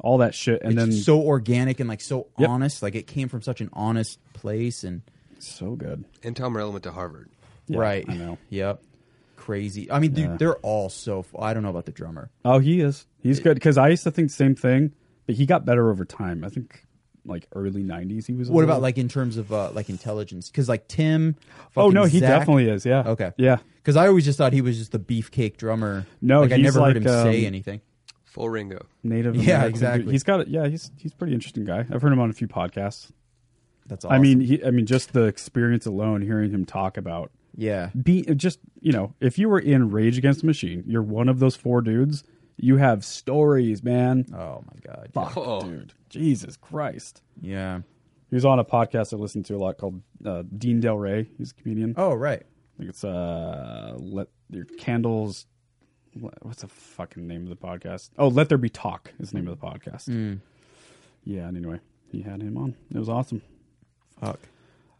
all that shit. And
Mm-hmm. It's
then
so organic and like so
Yep.
honest. Like it came from such an honest place and
so good.
And Tom Morello went to Harvard.
Yeah,
right.
I know.
Yep. Crazy. I mean, dude, they're all so. F- I don't know about the drummer.
Oh, he is. He's good because I used to think the same thing, but he got better over time. I think like early '90s he was. a
What about
little-
like in terms of uh, like intelligence? Because like Tim.
Oh no, he definitely is. Yeah.
Okay.
Yeah.
Because I always just thought he was just the beefcake drummer.
No,
like I
he's
never heard
like,
him
um,
say anything.
Full Ringo.
Native.
Yeah,
American dude.
exactly.
He's got. A, yeah, he's he's a pretty interesting guy. I've heard him on a few podcasts.
That's awesome.
I mean, he, I mean, just the experience alone, hearing him talk about
yeah,
be just you know, if you were in Rage Against the Machine, you're one of those four dudes. You have stories, man.
Oh my god.
Fuck,
Oh.
dude. Jesus Christ.
Yeah.
He was on a podcast I listened to a lot called uh, Dean Del Rey. He's a comedian.
Oh right.
I think it's uh let your candles. What's the fucking name of the podcast? Oh, let there be talk is the name of the podcast. Yeah. And anyway, he had him on. It was awesome.
Fuck.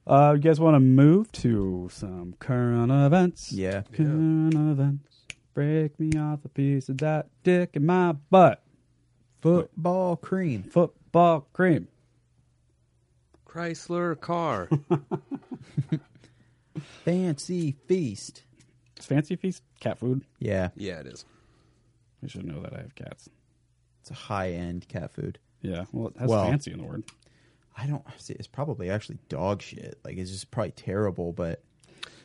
Uh, you guys want to move to some current events?
Yeah.
Current events. Break me off a piece of that dick in my butt.
Football cream.
Football cream.
Chrysler car.
Fancy feast.
It's fancy feast cat food.
Yeah.
yeah, it is.
I should know that I have cats.
It's a high end cat food.
Yeah. Well, it has
Well-
fancy in the word.
I don't see. It's probably actually dog shit. Like it's just probably terrible. But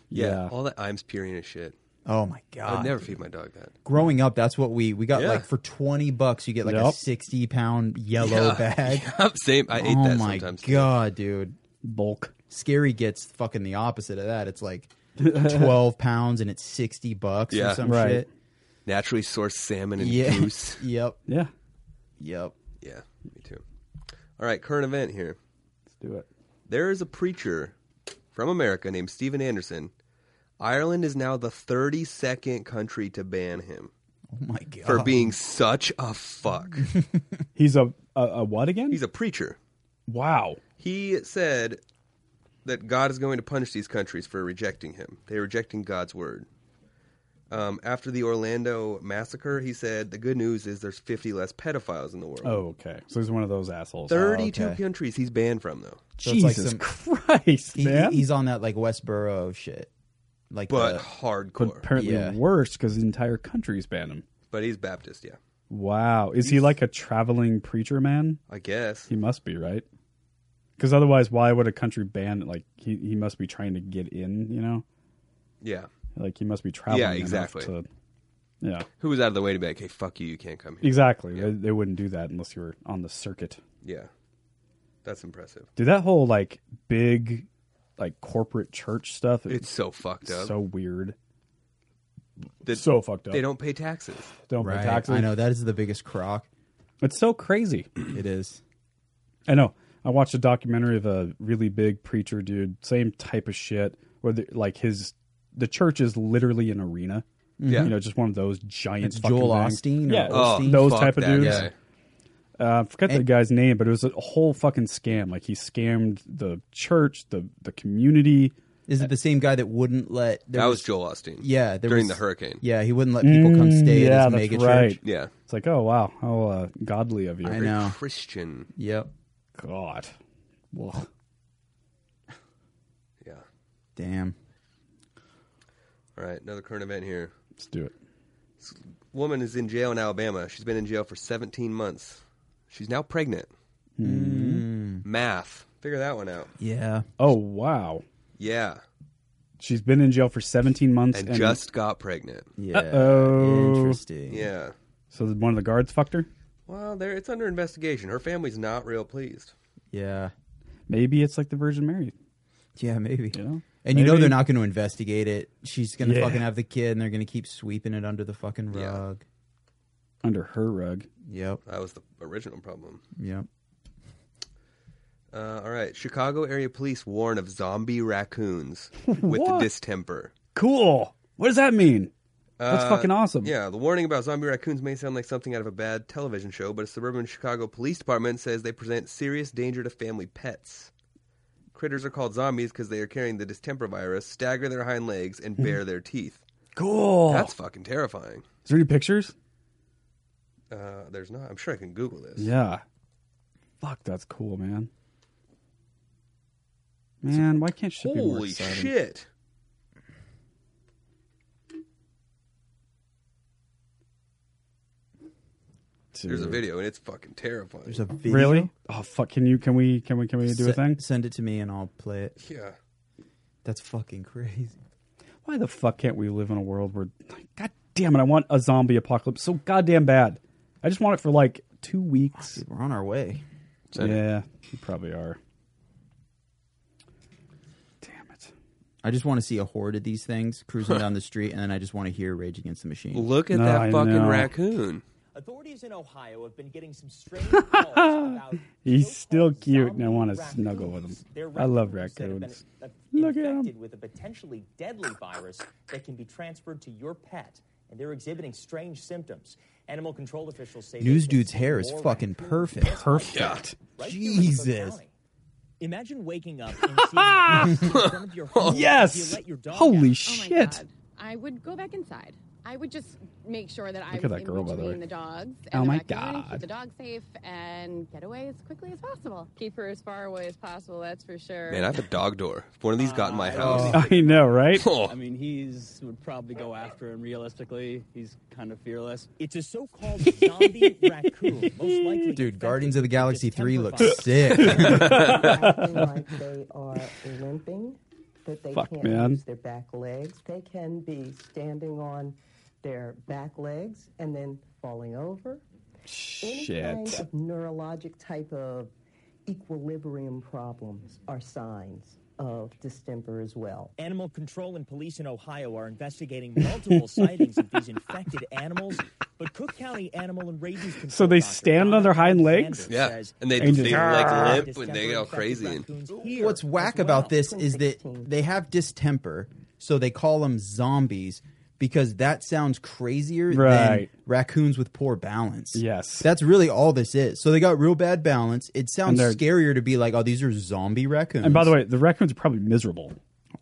Yeah,
Yeah. Ah,
all that I'm spearing is shit.
oh my god,
I'd never feed my dog that.
growing up, that's what we we got.
Yeah.
Like for twenty bucks, you get like a
Yep.
sixty pound yellow
Yeah.
bag.
Yep, same. I ate
oh
that
my
sometimes. too.
god, dude!
Bulk.
Scary gets fucking the opposite of that. It's like twelve pounds and it's sixty bucks or
Yeah.
some
Right.
shit.
Naturally sourced salmon and
Yeah.
goose.
Yep.
Yeah.
Yep.
Yeah, me too. All right, current event here.
Let's do it.
There is a preacher from America named Stephen Anderson. Ireland is now the 32nd country to ban him
Oh my god.
for being such a fuck.
He's a a, a what again?
He's a preacher.
wow.
He said that God is going to punish these countries for rejecting him. They're rejecting God's word. Um, after the Orlando massacre, he said the good news is there's 50 less pedophiles in the world.
Oh, okay. So he's one of those assholes.
32
okay.
countries he's banned from though.
So it's like
Jesus
some-
Christ,
He-
man.
he's on that like Westboro shit. Like
But
the-
but
hardcore.
apparently
Yeah.
worse because the entire country's banned him.
but he's Baptist, yeah.
Wow. Is he like a traveling preacher man?
I guess.
He must be, right? Because otherwise, why would a country ban? Like he, he must be trying to get in, you know?
Yeah.
Like he must be traveling.
Yeah,
enough
exactly.
To, yeah,
Who was out of the way to be like, hey, fuck you, you can't come here.
exactly. They, they wouldn't do that unless you were on the circuit.
Yeah. That's impressive.
Dude, that whole like big, like corporate church stuff.
It's so fucked up.
so weird.
That
so fucked up.
They don't pay taxes.
don't pay
right.
taxes.
I know that is the biggest crock.
It's so crazy.
It is.
I know. I watched a documentary of a really big preacher dude. Same type of shit. Where the, like his the church is literally an arena.
Yeah.
you know, just one of those giant.
It's
fucking
Joel
things.
Osteen or
yeah,
Oh,
Osteen?
those
fuck
type of
that
dudes.
guy.
Uh, I forget the
And-
guy's name, but it was a whole fucking scam. Like he scammed the church, the the community.
Is it the same guy that wouldn't let? There
That was Joel Osteen.
Yeah, there
during
was-
the hurricane.
Yeah, he wouldn't let people come
Mm,
stay
yeah,
at his
that's
mega
right.
church.
Yeah.
It's like, oh wow, how uh, godly of you.
I
Very
know.
Christian.
Yep.
God, well,
Yeah.
Damn.
All right, another current event here.
let's do it.
Woman is in jail in Alabama. She's been in jail for 17 months. She's now pregnant.
Hmm.
Math. Figure that one out.
Yeah.
Oh wow,
Yeah.
she's been in jail for 17 months
And just got pregnant.
Yeah.
Uh-oh.
Interesting.
Yeah.
so one of the guards fucked her.
Well, there it's under investigation. Her family's not real pleased.
Yeah.
Maybe it's like the Virgin Mary.
Yeah, maybe.
You know?
And you know
Maybe.
they're not going to investigate it. She's going to
Yeah.
fucking have the kid, and they're going to keep sweeping it under the fucking
Yeah.
rug.
under her rug.
Yep.
That was the original problem.
Yep.
Uh, all right. Chicago area police warn of zombie raccoons with
What?
distemper.
Cool. What does that mean? That's
Uh,
fucking awesome.
Yeah, the warning about zombie raccoons may sound like something out of a bad television show, but a suburban Chicago police department says they present serious danger to family pets. Critters are called zombies because they are carrying the distemper virus, stagger their hind legs, and
Mm-hmm.
bare their teeth.
Cool.
That's fucking terrifying.
Is there any pictures?
Uh, there's not. I'm sure I can Google this.
Yeah. Fuck, that's cool, man. Man, why can't shit be more
Holy
exciting?
shit.
dude.
There's a video, and it's fucking terrifying.
There's a video.
Really? Oh fuck! Can you? Can we? Can we? Can we do a
Se-
thing?
Send it to me, and I'll play it.
yeah.
That's fucking crazy.
Why the fuck can't we live in a world where? God damn it! I want a zombie apocalypse so goddamn bad. I just want it for like two weeks.
Dude, we're on our way.
Yeah, you probably are. Damn it!
I just want to see a horde of these things cruising down the street, and then I just want to hear Rage Against the Machine.
Look at
No,
that
I
fucking
know.
raccoon.
Authorities in Ohio have been getting some strange calls about
He's still
so-called
cute, and I
zombie
wanna
raccoons.
snuggle with him.
They're
I love
that have been,
raccoons.
uh,
Look at him.
infected with a potentially deadly virus that can be transferred to your pet, and they're exhibiting strange symptoms. Animal control officials say they
News
can
dude's
see
hair is
more
fucking
raccoons
perfect.
just like
Perfect.
that right here in Cook
Jesus.
County. Imagine waking up and seeing in front of your home as you
Yes.
Oh
let your dog out. Oh
Holy shit!
I would go back inside. I would just make sure that I
Look
was
at that
in
girl, by
between
the way.
the dogs and
Oh
the
my
raccoon,
God.
keep the dog safe, and get away as quickly as possible. Keep her as far away as possible. That's for sure.
Man, I have a dog door. If one of these got in my house,
I know, right?
oh,
I mean, he's would probably go after him. Realistically, he's kind of fearless.
It's a so-called zombie raccoon, most likely.
Dude, Guardians of the Galaxy 3 looks
Distemper
sick.
acting like they are limping, that they
Fuck,
can't
man.
use their back legs. They can be standing on their back legs and then falling over. Any kind
Shit.
of neurologic type of equilibrium problems are signs of distemper as well.
Animal control and police in Ohio are investigating multiple sightings of these infected animals, but Cook County Animal and Rabies Control
So they
Doctor
stand on their
Donna
hind
Alexander
legs?
Yeah,
says
and they-
there's
they,
a
"Ah,
lot
like,
of
limp when they get all
distemper-infected
crazy and-
raccoons here
What's whack
as well.
about this is that they have distemper, so they call them zombies because that sounds crazier
Right.
than raccoons with poor balance.
Yes.
That's really all this is. So they got real bad balance. It sounds
they're-
scarier to be like, oh, these are zombie raccoons.
And by the way, the raccoons are probably miserable.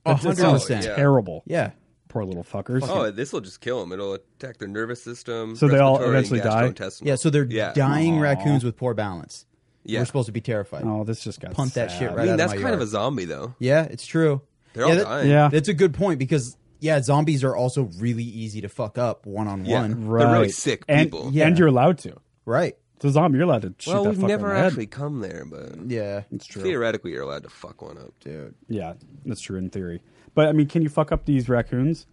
A
That
hundred
sounds
percent.
terrible.
yeah.
Poor little fuckers.
oh, this will just kill them. It'll attack their nervous system.
So they all
respiratory, and
eventually die?
gastrointestinal.
Yeah, so they're
Yeah.
dying
Aw.
raccoons with poor balance.
Yeah.
We're supposed to be terrified.
Oh, this just got
Punt that
sad.
shit right
I mean,
out
that's
of my
kind of
yard.
a zombie though.
Yeah, it's true.
They're
yeah,
all
that-
dying.
Yeah.
That's a good point because yeah, zombies are also really easy to fuck up one on
Yeah.
one.
Right.
They're really sick
And,
people.
and you're allowed to.
Right.
It's a zombie. You're allowed to shoot
well,
that
we've
fucker
never
in the head.
actually come there, but
Yeah.
It's true.
theoretically, you're allowed to fuck one up.
Dude.
Yeah, that's true in theory. But I mean, can you fuck up these raccoons?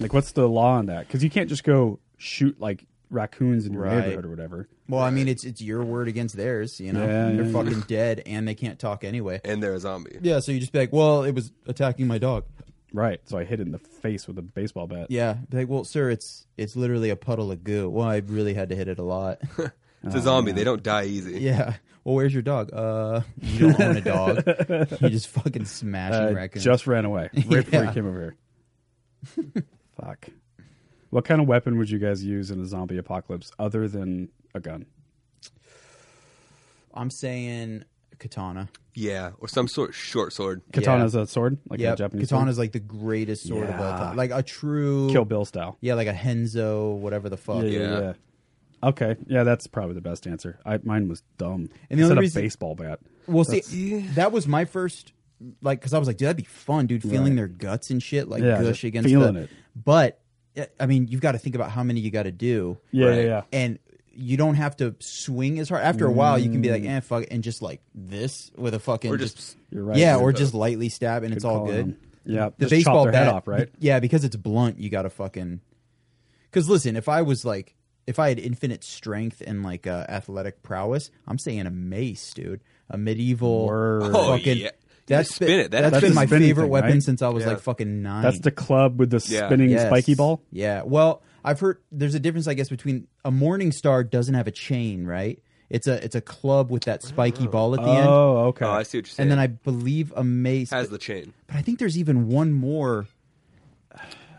Like, what's the law on that? Because you can't just go shoot like raccoons in your
Right.
neighborhood or whatever.
Well, I mean, it's it's your word against theirs. You know,
Yeah,
they're
yeah,
fucking dead and they can't talk anyway.
And they're a zombie.
Yeah, so you just be like, well, it was attacking my dog.
Right. So I hit it in the face with a baseball bat.
Yeah, be like, well, sir, it's it's literally a puddle of goo. Well, I really had to hit it a lot.
It's a zombie.
Oh,
They don't die easy.
yeah. Well, where's your dog? Uh, you don't own a dog. you just fucking smashing
Uh,
raccoons.
just ran away right before
Yeah.
he came over here. Fuck. What kind of weapon would you guys use in a zombie apocalypse other than a gun?
I'm saying katana.
Yeah, or some sort of short sword.
Katana's a sword, like
yeah,
a Japanese
katana's
sword?
like the greatest sword of all
Yeah.
time. Like a true
Kill Bill style.
Yeah, like a Henzo, whatever the fuck.
Yeah.
Okay, yeah, that's probably the best answer. I, mine was dumb.
And the
I
only
said
reason-
a baseball bat.
Well, see, that was my first, like, because I was like, dude, that'd be fun, dude, feeling their guts and shit, like
Yeah,
gush
just
against
feeling
the,
it.
But yeah, I mean, you've got to think about how many you got to do.
Yeah, yeah, yeah.
And you don't have to swing as hard. After a while, you can be
Mm.
like, eh, fuck, it," and just like this with a fucking,
Or just-
You're right.
yeah,
Good
or just lightly stab, and it's all
call
good.
on 'em. Yeah,
the
just chop
baseball
their
bat
head off, right?
Yeah, because it's blunt, you got to fucking. Because listen, if I was like, if I had infinite strength and like uh, athletic prowess, I'm saying a mace, dude, a medieval
Word.
Oh,
fucking.
yeah. You
That's
just
been,
spin it. That-
that's
that's
been
a
my
spinning
favorite
thing,
weapon
right?
since I was
Yeah.
like fucking nine.
That's the club with the
Yeah.
spinning
Yes.
spiky ball.
Yeah. Well, I've heard there's a difference, I guess, between a morning star doesn't have a chain, right? It's a it's a club with that spiky ball at the end,
Oh, okay.
Oh, I see what you're saying.
and then I believe a mace
has the chain.
But I think there's even one more.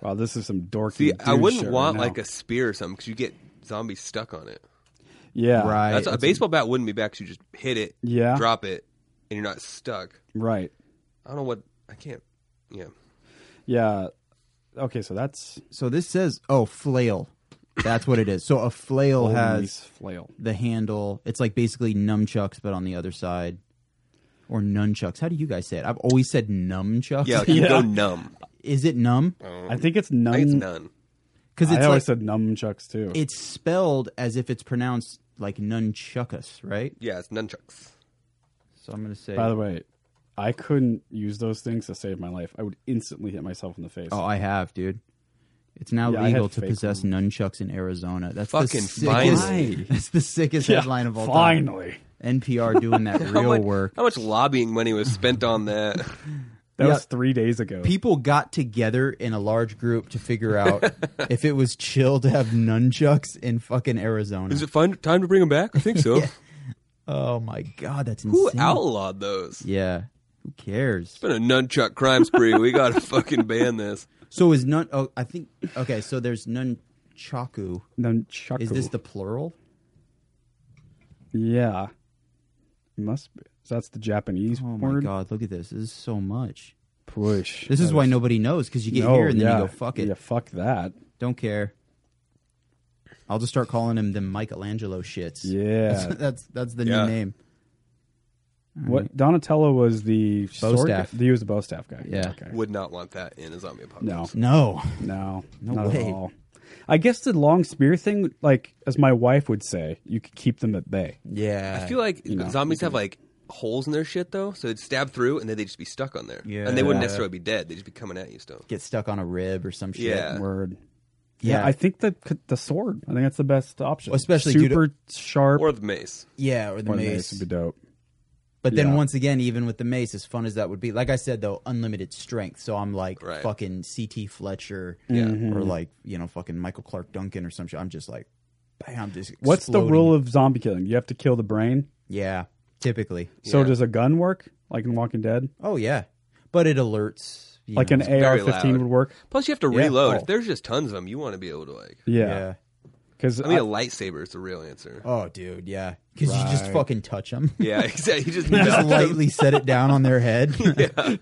Wow, this is some dorky.
See,
dude
I wouldn't
shit
want
right now.
like a spear or something because you get zombies stuck on it.
yeah,
Right.
That's a
that's-
baseball bat wouldn't be bad 'cause you just hit it,
Yeah.
drop it, and you're not stuck.
right.
I don't know what I can't. Yeah,
Yeah. Okay, so that's
So this says, oh, flail. That's what it is. So a flail
Holy's
has
flail.
the handle. It's like basically nunchucks, but on the other side. Or nunchucks. How do you guys say it? I've always said nunchucks.
yeah, Oh. like, you go numb.
Is it numb?
I think it's none.
I think it's none.
Because
I
it's like,
always said nunchucks too.
it's spelled as if it's pronounced like nunchuckus, right?
Yeah, it's nunchucks.
So I'm gonna say.
By the way, I couldn't use those things to save my life. I would instantly hit myself in the face.
oh, I have, dude. It's now
Yeah, I
legal
had
to
fake
possess nunchucks in Arizona. That's
Fucking
the sickest,
finally.
That's the sickest headline of all
finally.
time. NPR doing that
how
real
much,
work.
How much lobbying money was spent on that?
That
Yeah.
was three days ago.
people got together in a large group to figure out if it was chill to have nunchucks in fucking Arizona.
Is it fun, time to bring them back? I think so.
oh my god, that's insane.
Who outlawed those?
Yeah. Who cares?
It's been a nunchuck crime spree. we gotta fucking ban this.
So is nun oh I think okay, so there's nunchaku.
Nunchaku.
Is this the plural?
Yeah. Must be. So that's the Japanese
Oh my
word.
god, look at this. This is so much.
Push.
This is
That
why nobody knows because you get
No,
here and then
yeah.
you go fuck it.
Yeah, fuck that.
Don't care. I'll just start calling him the Michelangelo shits.
Yeah.
that's that's, that's the
Yeah.
new name.
What Donatello was the sword
staff.
guy- He was the bow staff guy.
Yeah.
Okay.
Would not want that in a zombie apocalypse.
No.
No.
No.
No
not
way.
at all. I guess the long spear thing, like as my wife would say, you could keep them at bay.
Yeah.
I feel like
You know,
zombies have like holes in their shit though, so they'd stab through and then they'd just be stuck on there.
Yeah.
And they wouldn't necessarily be dead; they'd just be coming at you still.
Get stuck on a rib or some shit.
Yeah.
Word.
Yeah.
Yeah. I think the the sword. I think that's the best option.
Well, especially due to-
super sharp.
Or the mace.
Yeah, or the mace.
would be dope.
But then
Yeah.
once again, even with the mace, as fun as that would be, like I said though, unlimited strength. So I'm like
Right.
fucking CT Fletcher,
Yeah.
or
Mhm.
like you know fucking Michael Clark Duncan or some shit. I'm just like, bam, just
What's the
exploding.
rule of zombie killing? You have to kill the brain.
Yeah, typically.
So
Yeah.
does a gun work, like in Walking Dead?
Oh yeah, but it alerts. you
Like
know,
an
it's
very
AR-15
loud.
would work.
Plus, you have to
Yeah.
reload.
Oh.
If there's just tons of them, you want to be able to like.
Yeah. Because
I mean, a lightsaber is the real answer.
Oh, dude, yeah, because you just
Right.
fucking touch them.
Yeah, exactly. You just,
just
melt them.
lightly set it down on their head.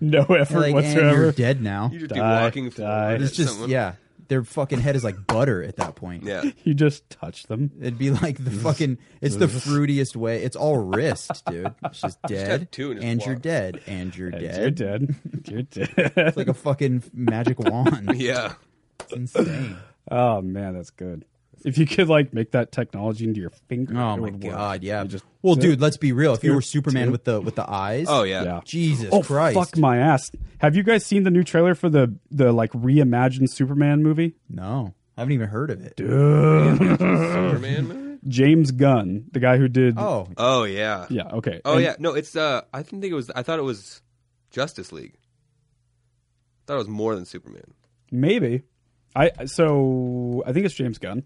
no effort
Like, and
whatsoever.
you're dead now.
You just be walking forward.
It's
at
just
someone.
yeah, their fucking head is like butter at that point.
Yeah.
You just touch them.
It'd be like the fucking. It's the fruitiest way. It's all wrist, dude. It's just dead,
have two and just
and you're
walk.
dead, and you're
And
dead.
You're dead. You're dead.
It's like a fucking magic wand.
Yeah.
It's insane.
Oh man, that's good. If you could like make that technology into your finger,
Oh
it
my
would work.
god, yeah.
You just-
well, dude, let's be real. If you
Two-
were Superman
two.
with the with the eyes,
Oh yeah.
Yeah.
Jesus
oh
Christ,
fuck my ass! Have you guys seen the new trailer for the the like reimagined Superman movie?
no, I haven't even heard of it.
Superman movie?
James Gunn, the guy who did.
Oh,
Oh yeah.
yeah, okay.
Oh
And-
yeah. No, it's uh. I didn't think it was. I thought it was Justice League. thought it was more than Superman.
maybe. I so I think it's James Gunn.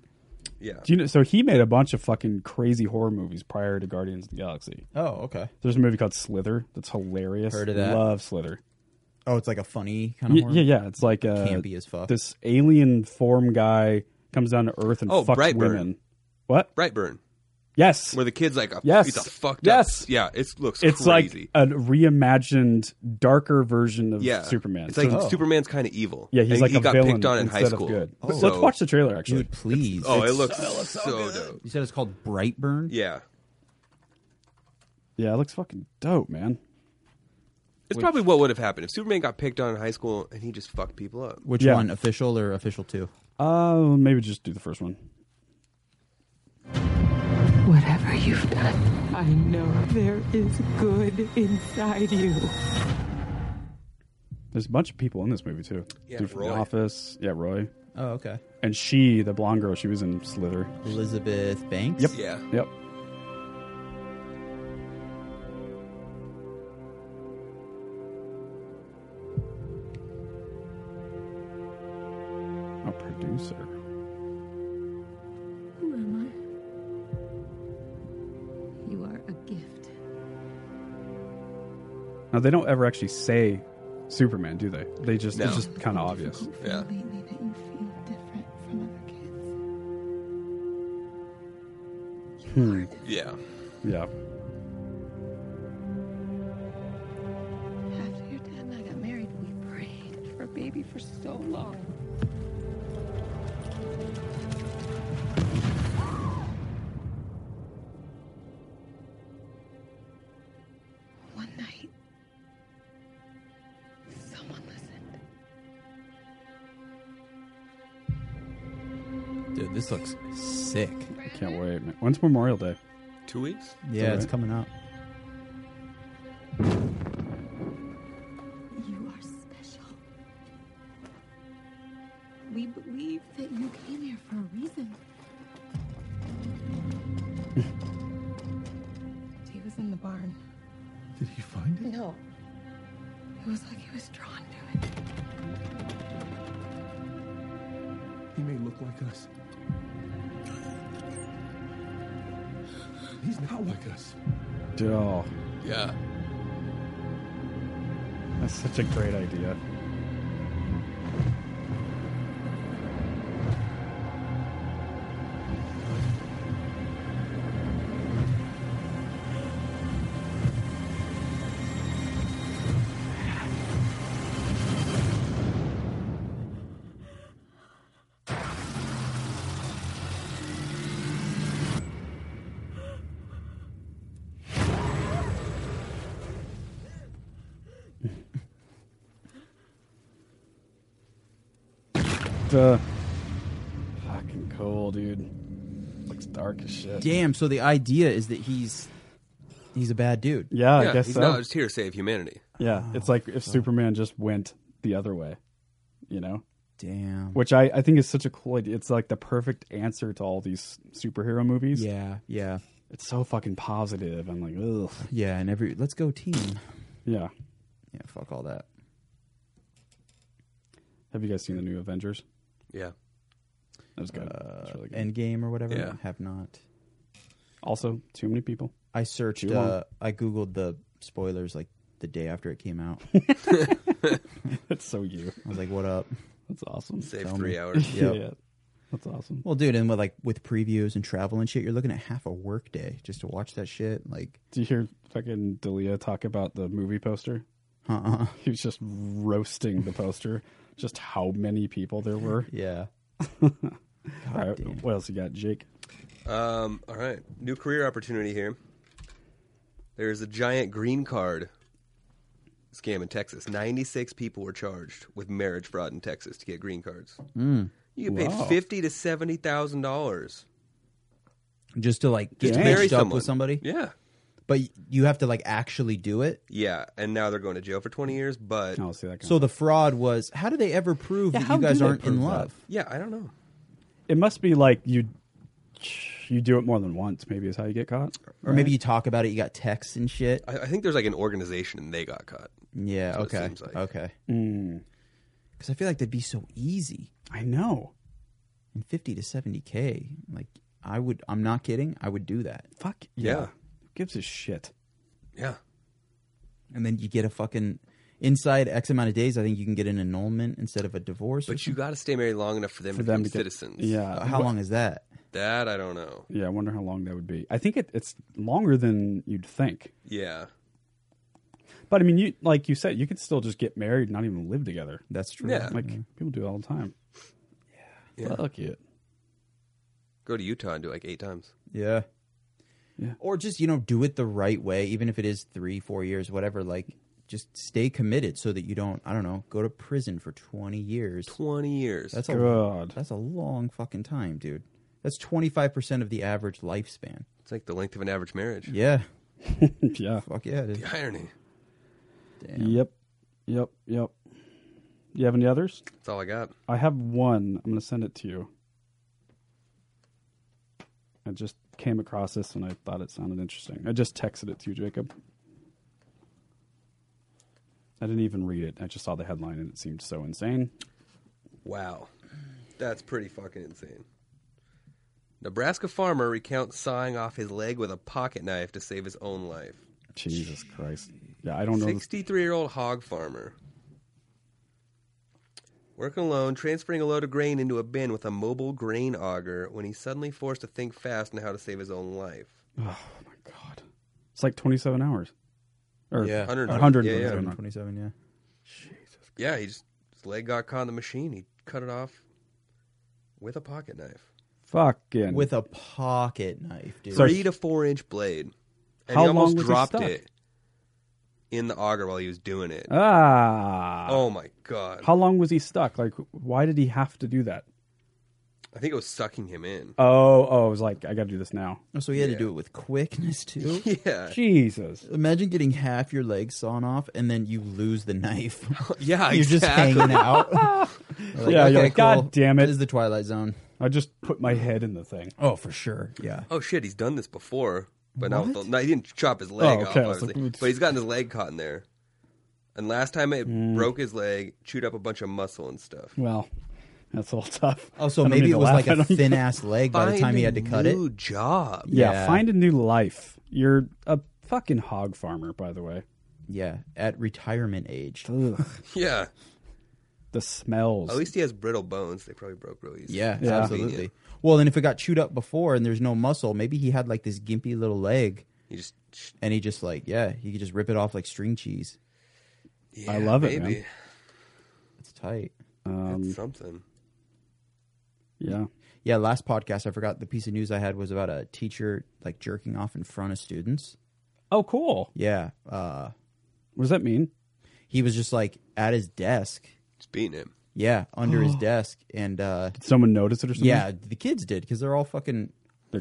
Yeah.
Do you know? So he made a bunch of fucking crazy horror movies prior to Guardians of the Galaxy.
oh, okay.
There's a movie called Slither that's hilarious.
Heard of that.
Love Slither.
Oh, it's like a funny kind of
Yeah, yeah, yeah. It's like uh,
Campy as fuck.
This alien form guy comes down to Earth and
Oh,
fucks
Brightburn.
women. What?
Brightburn,
Yes,
where the kid's like a,
Yes.
he's a fucked
Yes.
up. Yeah. It looks
it's
crazy.
like a reimagined, darker version of
yeah.
Superman. oh.
It's like
So-
Superman's kind of evil.
yeah, he's
and
like
he
a
got
villain
picked on in
instead
high
of
school. Oh.
good. But
So-
Let's watch the trailer. Actually,
Dude, please.
Oh, it
It's-
looks so dope.
You said it's called Brightburn.
Yeah.
yeah, it looks fucking dope, man.
It's probably what would have happened if Superman got picked on in high school and he just fucked people up.
Which
Yeah.
one, official or official two?
Uh, maybe just do the first one.
Whatever you've done, I know there is good inside you.
There's a bunch of people in this movie too.
Yeah,
Dude from The
Roy.
Office. Yeah, Roy.
Oh, okay.
And she, the blonde girl, she was in Slither.
Elizabeth Banks.
Yep.
Yeah.
Yep. A producer.
Who am I? You are a gift.
Now they don't ever actually say Superman, do they? They just
No.
it's just kind of obvious.
Yeah.
Lately, that you feel different from other kids.
Yeah.
Yeah.
After your dad and I got married, we prayed for a baby for so long. One night, someone listened.
Dude, this looks sick.
I can't wait. man. When's Memorial Day?
Two weeks.
Yeah, it's
Alright.
coming up.
You are special. We believe that you came here for a reason. he was in the barn.
Did he find it?
No. It was like he was drawn to it.
He may look like us. He's not like us.
Dude, Oh,
Yeah.
that's such a great idea. uh, fucking cool, dude. Looks dark as shit.
Damn. So the idea is that he's he's a bad dude.
Yeah, I guess
he's
so.
not just here to save humanity.
Yeah,
Uh,
it's like if Superman just went the other way, you know?
Damn.
Which I, I think is such a cool idea. It's like the perfect answer to all these superhero movies.
Yeah, yeah.
It's so fucking positive. I'm like, ugh.
Yeah, and every let's go team.
Yeah.
Yeah, fuck all that.
Have you guys seen the new Avengers?
Yeah.
That was good.
Uh,
It's really good.
Endgame or whatever.
Yeah.
Have not.
Also, too many people.
I searched.
Too long.
Uh, I googled the spoilers like the day after it came out.
That's so you.
I was like, "What up?"
That's awesome.
Save
Tell
three
me.
hours.
Yep.
Yeah. That's awesome.
Well, dude, and with like with previews and travel and shit, you're looking at half a work day just to watch that shit. Like,
Do you hear fucking Dalia talk about the movie poster?
Uh-uh.
He was just roasting the poster, just how many people there were.
Yeah.
All right, what else you got, Jake?
Um, all right, new career opportunity here. There's a giant green card scam in Texas. Ninety-six people were charged with marriage fraud in Texas to get green cards.
Hmm.
Mm.
You get
Wow.
paid fifty to seventy thousand dollars
just to like get
to marry
matched up
someone
with somebody.
Yeah,
But you have to like actually do it.
yeah, and now they're going to jail for twenty years. But
I'll Oh, see that.
So the fraud was. How do they ever prove
Yeah,
that
how
you guys
do they
aren't in
prove that?
love?
yeah, I don't know.
It must be like you you do it more than once. Maybe is how you get caught,
Or maybe you talk about it. You got texts and shit.
I, I think there's like an organization and they got caught.
Yeah.
So it
okay.
seems like.
Okay.
Mm.
Because I feel like that'd be so easy.
I know.
And fifty to seventy k, like I would. I'm not kidding. I would do that.
Fuck
Yeah.
Who gives a shit?
Yeah.
And then you get a fucking inside X amount of days. I think you can get an annulment instead of a divorce. or
But you got to stay married long enough for them
For
to
them to
become
get-
citizens.
Yeah.
something. how long is that?
That I don't know.
Yeah, I wonder how long that would be. I think it, it's longer than you'd think.
Yeah.
But I mean, you like you said, you could still just get married and not even live together.
That's true.
Yeah.
Like people do it all the time.
Yeah.
Fuck it.
Go to Utah and do it, like eight times.
Yeah.
Yeah.
Or just, you know, do it the right way, even if it is three, four years, whatever. Like, just stay committed so that you don't, I don't know, go to prison for 20 years.
20 years.
That's a,
God.
That's a long fucking time, dude. That's 25% of the average lifespan.
It's like the length of an average marriage.
Yeah.
yeah.
Fuck yeah, dude.
The irony.
Damn.
Yep. Yep. Yep. You have any others?
That's all I got.
I have one. I'm going to send it to you. I just came across this and I thought it sounded interesting. I just texted it to you, Jacob. I didn't even read it. I just saw the headline and it seemed so insane.
Wow. That's pretty fucking insane. Nebraska farmer recounts sawing off his leg with a pocket knife to save his own life.
Jesus Christ. Yeah, I don't know. This.
63 year old hog farmer. Working alone, transferring a load of grain into a bin with a mobile grain auger when he's suddenly forced to think fast on how to save his own life.
Oh, my God. It's like 27 hours. Or
Yeah.
100.
100.
Yeah, yeah.
127, yeah.
Yeah, he just, his leg got caught in the machine. He cut it off with a pocket knife.
Fucking.
With a pocket knife, dude.
So-
Three to four inch blade. And
How
he
long
almost
was he
dropped
stuck?
it in the auger while he was doing it.
ah.
oh my god.
How long was he stuck? Like, why did he have to do that?
I think it was sucking him in.
Oh, oh, it was like, I got to do this now.
Oh, so he had
Yeah.
to do it with quickness, too.
Yeah.
Jesus.
Imagine getting half your leg sawn off and then you lose the knife.
Yeah,
You're just
exactly.
hanging out. Like,
Yeah, you're
okay,
like, God damn it.
This is the Twilight Zone.
I just put my head in the thing.
Oh, for sure. Yeah.
Oh shit, he's done this before. But now no, he didn't chop his
Oh,
leg
okay, I
off,
was like,
obviously.
oops.
but he's gotten his leg caught in there. And last time it
Mm.
broke his leg, chewed up a bunch of muscle and stuff.
Well, that's a little tough. I
Also,
don't
Oh, maybe
mean
it
to
was
laugh
like a
at 'em.
thin ass leg by the time he had to cut it.
New job.
Yeah,
Yeah.
find a new life. You're a fucking hog farmer, by the way.
Yeah, at retirement age.
Ugh,
Yeah.
the smells.
At least he has brittle bones. They probably broke really easy.
Yeah,
Yeah.
absolutely. Well, and if it got chewed up before and there's no muscle, maybe he had like this gimpy little leg
You just
and he just like, yeah, he could just rip it off like string cheese.
yeah,
I love it,
maybe.
man.
It's tight.
That's
um,
something.
yeah.
Yeah, last podcast I forgot the piece of news I had was about a teacher like jerking off in front of students.
Oh, cool.
Yeah. Uh
What does that mean?
he was just like at his desk
It's beating him.
Yeah, under his desk, and uh, did
someone notice it or something?
Yeah, the kids did because they're all fucking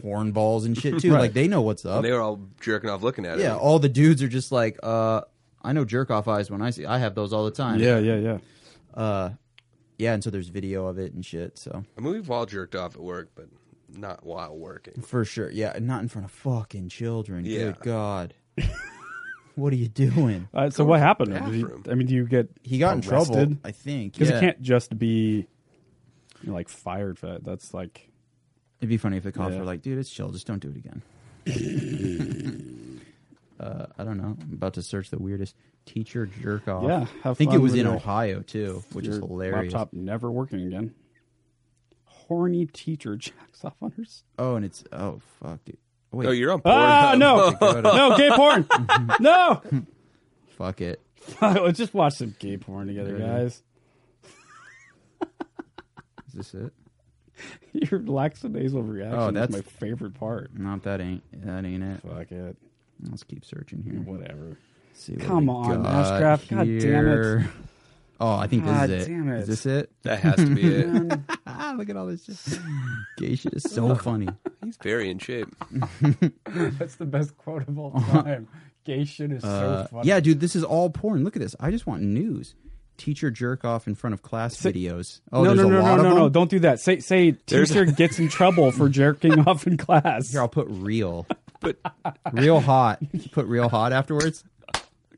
horn balls and shit too.
Right.
Like they know what's up.
And they were all jerking off looking at it.
yeah, all the dudes are just like, uh, I know jerk off eyes when I see. I have those all the time.
Yeah,
yeah, yeah.
Uh, yeah, and so there's video of it and shit. So
I mean, we've all jerked off at work, but not while working.
for sure, yeah, and not in front of fucking children.
Yeah.
Good God, what are you doing?
Uh, so what happened? Did he- I mean, do you get
He got in trouble,
arrested?
I think,
because
yeah.
it can't just be you know, like fired for that. That's like
it'd be funny if the cops
Yeah.
were like, dude, it's chill. Just don't do it again. uh, I don't know. I'm about to search the weirdest teacher jerk off.
yeah.
I
have
think it
fun
was
with
in
your-
Ohio too, which is
your
hilarious.
Laptop never working again. Horny teacher jacks off on her. s-
Oh, and it's oh fuck, dude. Oh, wait.
Oh, you're on
Ah,
Pornhub.
no, no, gay porn. no.
Fuck it.
Let's just watch some gay porn together,
Yeah.
guys.
Is this it?
Your lackadaisical reaction
Oh, that's
is my favorite part.
Not that ain't that ain't it.
Fuck it.
Let's keep searching here.
Whatever.
See what
Come
we
on,
got
Ashcraft. God damn it.
here. Oh, I think
God
this is it.
damn it. Ah,
Is this it?
That has to be it.
Look at all this shit. Gay shit is so funny.
He's very in shape.
That's the best quote of all time. Gay shit is
Uh,
so funny.
Yeah, dude, this is all porn. Look at this. I just want news. Teacher jerk off in front of class videos. Oh,
no, no,
there's a
no,
lot
no,
of
no,
them.
no! Don't do that. Say, say,
There's-
teacher gets in trouble for jerking off in class.
Here, I'll put real. Put real hot. Put real hot afterwards.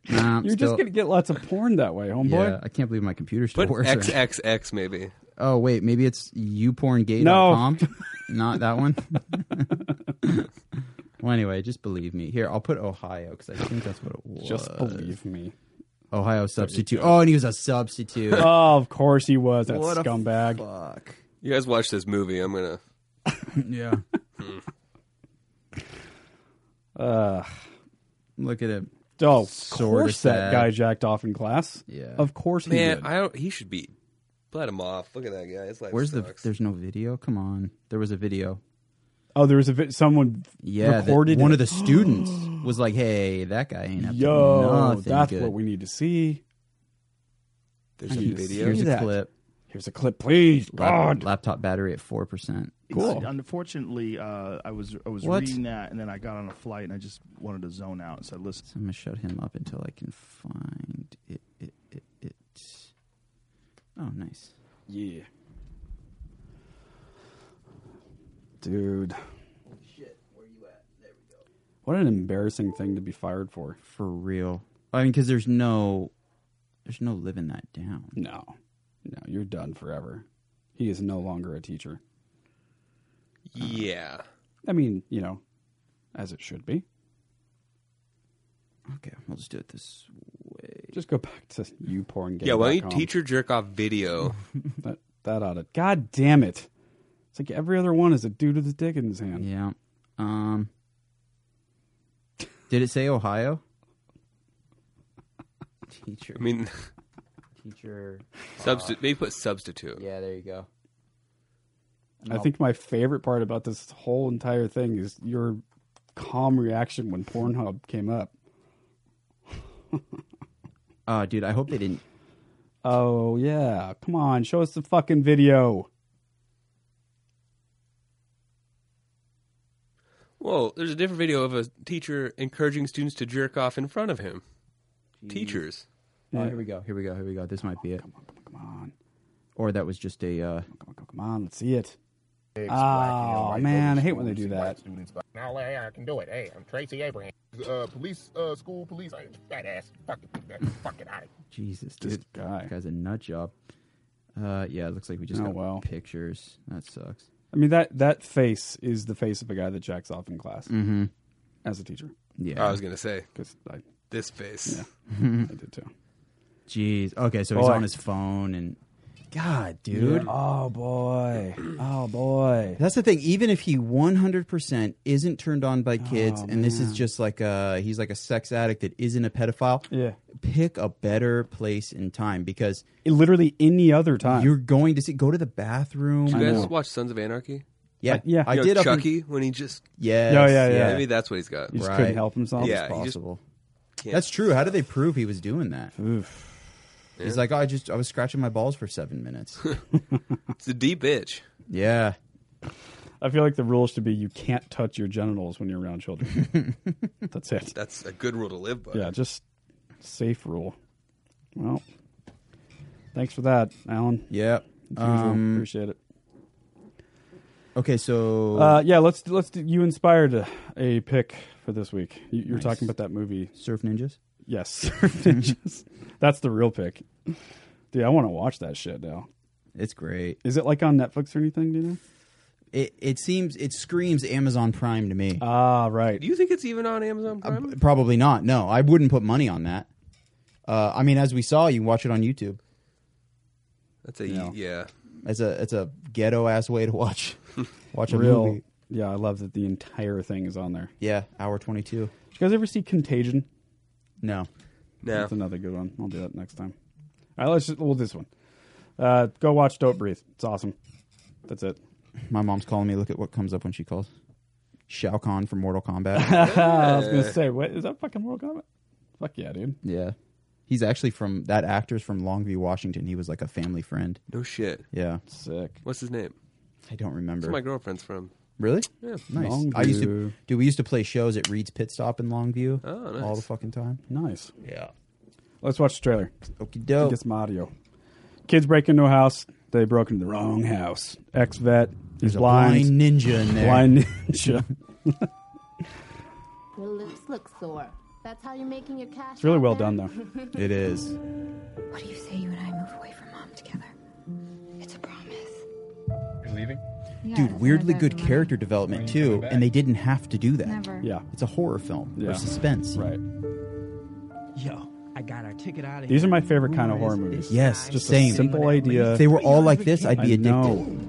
Nah, I'm
You're
still-
just gonna get lots of porn that way, homeboy.
Yeah, I can't believe my computer still
Put
works. right now.
XXX maybe.
Oh wait, maybe it's youporngay.com.
No.
Not that one. well, anyway, just believe me. Here, I'll put Ohio because I think that's what it was.
Just believe me.
Ohio substitute. Oh, and he was a substitute.
Oh, of course he was. That
What a
scumbag.
fuck.
You guys watch this movie. I'm gonna.
yeah.
Uh,
Look at him.
Oh, of
Sorta
course that
sad.
guy jacked off in class.
Yeah.
Of course he
Man,
did.
I don't. He should be. Let him off. Look at that guy. His life
Where's the?
sucks.
There's no video. Come on. There was a video.
oh, there was a vi- someone
Yeah, that-
recorded
one
it.
of the students was like, "Hey, that guy ain't up to
Yo,
nothing
that's
good."
what we need to see.
There's
a video.
Here's
See
a
that.
clip.
Here's a clip, please.
Lap-
God.
laptop battery at four percent.
It's- Unfortunately, uh, I was I was
What?
reading that, and then I got on a flight, and I just wanted to zone out. So I listened.
So I'm gonna shut him up until I can find it. it, it, it. Oh, nice.
Yeah. Dude. What an embarrassing thing to be fired for.
For real. I mean, because there's no, there's no living that down.
No. No, you're done forever. He is no longer a teacher.
Yeah.
I mean, you know, as it should be.
Okay, we'll just do it this way.
Just go back to you porn
Yeah. Why don't you teacher jerk off video?
that that ought to God damn it. It's like every other one is a dude with a dick in his hand.
Yeah. Um. Did it say Ohio? Teacher.
I mean,
teacher.
substitute. Maybe put substitute.
Yeah, there you go.
I think my favorite part about this whole entire thing is your calm reaction when Pornhub came up.
Oh, dude, I hope they didn't.
Oh yeah, come on, show us the fucking video.
Whoa. There's a different video of a teacher encouraging students to jerk off in front of him. Teachers.
Oh, here we go. Here we go. Here we go. This might be it. Come on, come
on, come on.
Or that was just a. Uh,
come on, come on. Let's see it.
Oh,
Oh man, I hate when they do that.
Now hey, I can do it. Hey, I'm Tracy Abraham. Uh, police, uh, school police. I ain't fat ass. Fuck it, get that fucking out of
Jesus, dude. This guy. guy's a nut job. Uh, yeah, it looks like we just
Oh,
got
well.
pictures. That sucks.
I mean that that face is the face of a guy that jacks off in class
Mm-hmm.
Mhm.
as a teacher.
Yeah.
Oh, I was gonna say.
'Cause I-
This face.
I did too.
Jeez. Okay, so he's
Boy.
on his phone and. God, dude.
Oh boy. Oh boy.
That's the thing. Even if he 100% isn't turned on by kids, and this is
man.
just like a he's like a sex addict that isn't a pedophile.
Yeah.
Pick a better place in time because
literally any other time
you're going to see. Go to the bathroom.
Did you guys watch Sons of Anarchy?
Yeah. Uh, yeah. I
You know,
did up in-
Chucky when he just.
Yes, Yeah, yeah, yeah.
Maybe that's what he's got.
He just couldn't Right. help himself?
Yeah.
It's
he just
possible.
can't.
That's true. How did they prove he was doing that? He's
Yeah.
like, oh, I just I was scratching my balls for seven minutes.
It's a deep itch.
yeah.
I feel like the rule should be you can't touch your genitals when you're around children. That's it.
That's a good rule to live by.
Yeah, just safe rule. Well, thanks for that, Alan.
Yeah, um,
appreciate it.
Okay, so
Uh, yeah, let's let's do, you inspired a, a pick for this week. You, you're
Nice.
talking about that movie
Surf Ninjas.
Yes, Surf Ninjas. That's the real pick, dude. I want to watch that shit now.
It's great.
Is it like on Netflix or anything? Do you know?
It it seems it screams Amazon Prime to me.
Ah, right.
Do you think it's even on Amazon Prime?
Probably not. No, I wouldn't put money on that. Uh, I mean, as we saw, you can watch it on YouTube.
That's a
No.
yeah.
It's a it's a ghetto ass way to watch watch a
Real-
movie.
Yeah, I love that the entire thing is on there.
Yeah, hour twenty two.
Did you guys ever see Contagion?
No.
No.
That's another good one. I'll do that next time. All right, let's just, well, this one. Uh, go watch Don't Breathe. It's awesome. That's it.
My mom's calling me. Look at what comes up when she calls. Shao Kahn from Mortal Kombat.
I was
Uh.
going to say, what, is that fucking Mortal Kombat? Fuck yeah, dude.
Yeah. He's actually from that actor's from Longview, Washington. He was like a family friend.
No shit.
Yeah.
Sick.
What's his name?
I don't
That's
remember.
where my girlfriend's from.
Really?
Yeah.
Nice. I used to
Longview.
do we used to play shows at Reed's Pit Stop in Longview
Oh,
all
nice.
the fucking time.
Nice.
Yeah. Oh.
Let's watch the trailer.
Okie doke.
Get some audio. Kids break into a house. They broke into the wrong house. Ex vet. He's
There's a
blind.
blind ninja in there.
Blind ninja.
Your lips look sore. That's how you're making your cash.
It's really
out
well
there?
done, though.
It is.
What do you say you and I move away from mom together? It's a promise.
You're leaving?
Dude, weirdly good character development too, and they didn't have to do that.
Never.
Yeah.
It's a horror film
Yeah.
or suspense.
Right.
Yo, I got our ticket out of
These are my favorite kind of horror movies.
Yes,
Just
same.
a simple idea.
If they were all like this, I'd be
I
addicted.
know.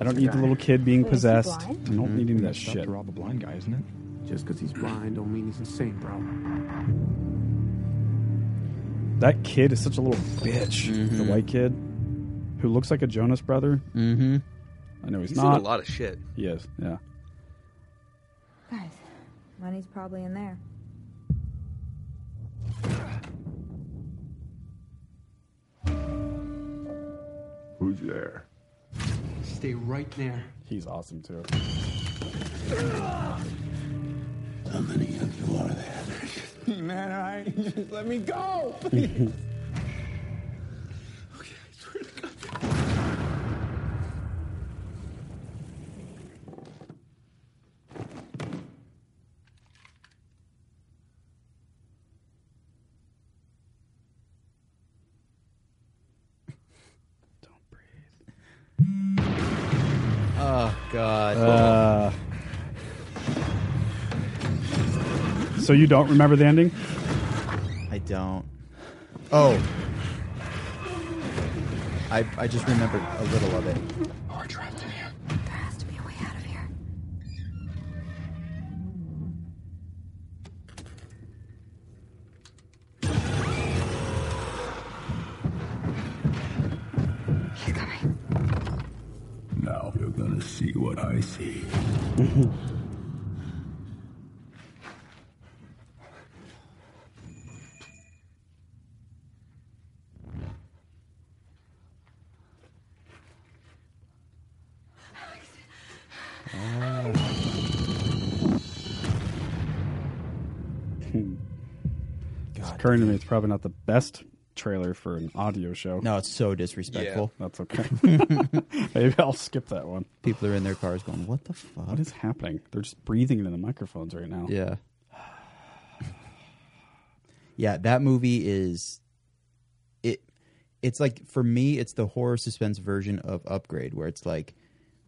I don't need the little kid being
Wait, is he
possessed. I
blind?
don't need any of that shit.
Rob a blind guy, isn't it? Just because he's blind don't mean he's insane, bro.
That kid is such a little bitch. The white kid who looks like a Jonas brother.
Mm-hmm.
I know he's,
He's in
not.
a lot of shit.
He is. Yeah.
Guys, money's probably in there.
Who's there?
Stay right there.
He's awesome too.
How many of you are there?
Man, I just let me go.
Oh god.
Uh, so you don't remember the ending?
I don't. Oh. I I just remembered a little of it.
We're trapped in here. There has to be a way out of here. He's coming.
Now you're gonna see what I see.
It's occurring to me it's probably not the best trailer for an audio show.
No, it's so disrespectful.
That's okay. Maybe I'll skip that one.
People are in their cars going, "What the fuck?"
What is happening? They're just breathing into the microphones right now.
Yeah. Yeah, that movie is it it's like for me it's the horror suspense version of Upgrade where it's like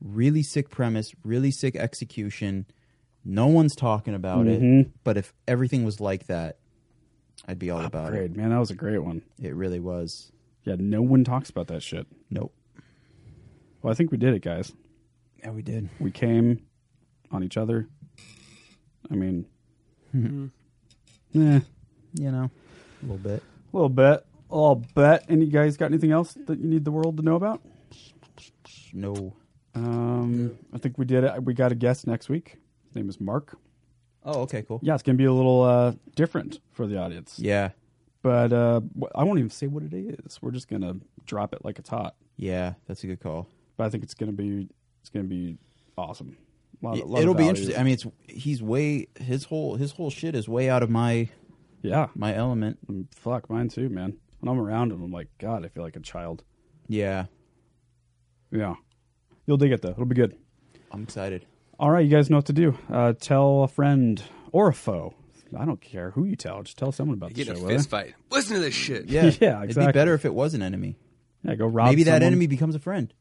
really sick premise, really sick execution. No one's talking about it,
Mhm.
but if everything was like that, I'd be all about it.
Great, man. That was a great one.
It really was.
Yeah, no one talks about that shit.
Nope.
Well, I think we did it, guys.
Yeah, we did.
We came on each other. I mean,
Mm-hmm.
eh, a
You know, a little bit.
little bit. A little bit. Any guys got anything else that you need the world to know about?
No.
Um, I think we did it. We got a guest next week. His name is Mark.
Oh, okay, cool.
Yeah, it's going to be a little uh, different for the audience.
Yeah.
But uh, wh- I won't even say what it is. We're just gonna drop it like it's hot.
Yeah, that's a good call.
But I think it's gonna be it's gonna be awesome. A lot of-
It-
lot of
It'll be
values.
interesting. I mean, it's he's way his whole his whole shit is way out of my
yeah
my element.
Mm. fuck mine too, man. When I'm around him, I'm like, God, I feel like a child.
Yeah,
yeah. You'll dig it though. It'll be good.
I'm excited.
All right, you guys know what to do. Uh, tell a friend or a foe. I don't care who you tell. Just tell someone about
Get
the
in
show.
a
will ya?
fist fight. Listen to this shit.
Yeah, yeah, exactly.
It'd be better if it was an enemy.
Yeah, go rob.
Maybe that
someone.
enemy becomes a friend.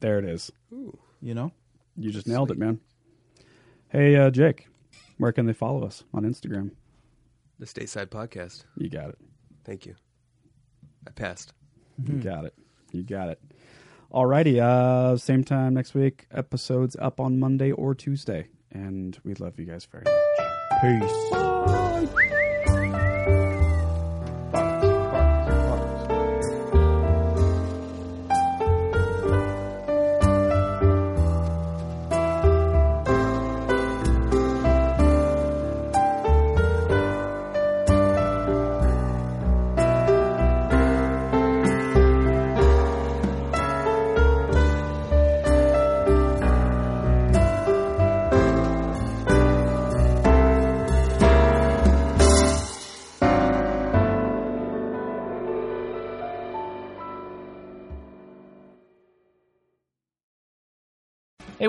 There it is.
You know,
You just nailed it, man. Hey, uh, Jake, where can they follow us on Instagram?
The Stateside Podcast.
You got it.
Thank you. I passed.
You got it. You got it. Alrighty. Uh, same time next week. Episodes up on Monday or Tuesday. And we love you guys very much. Peace.
Hey,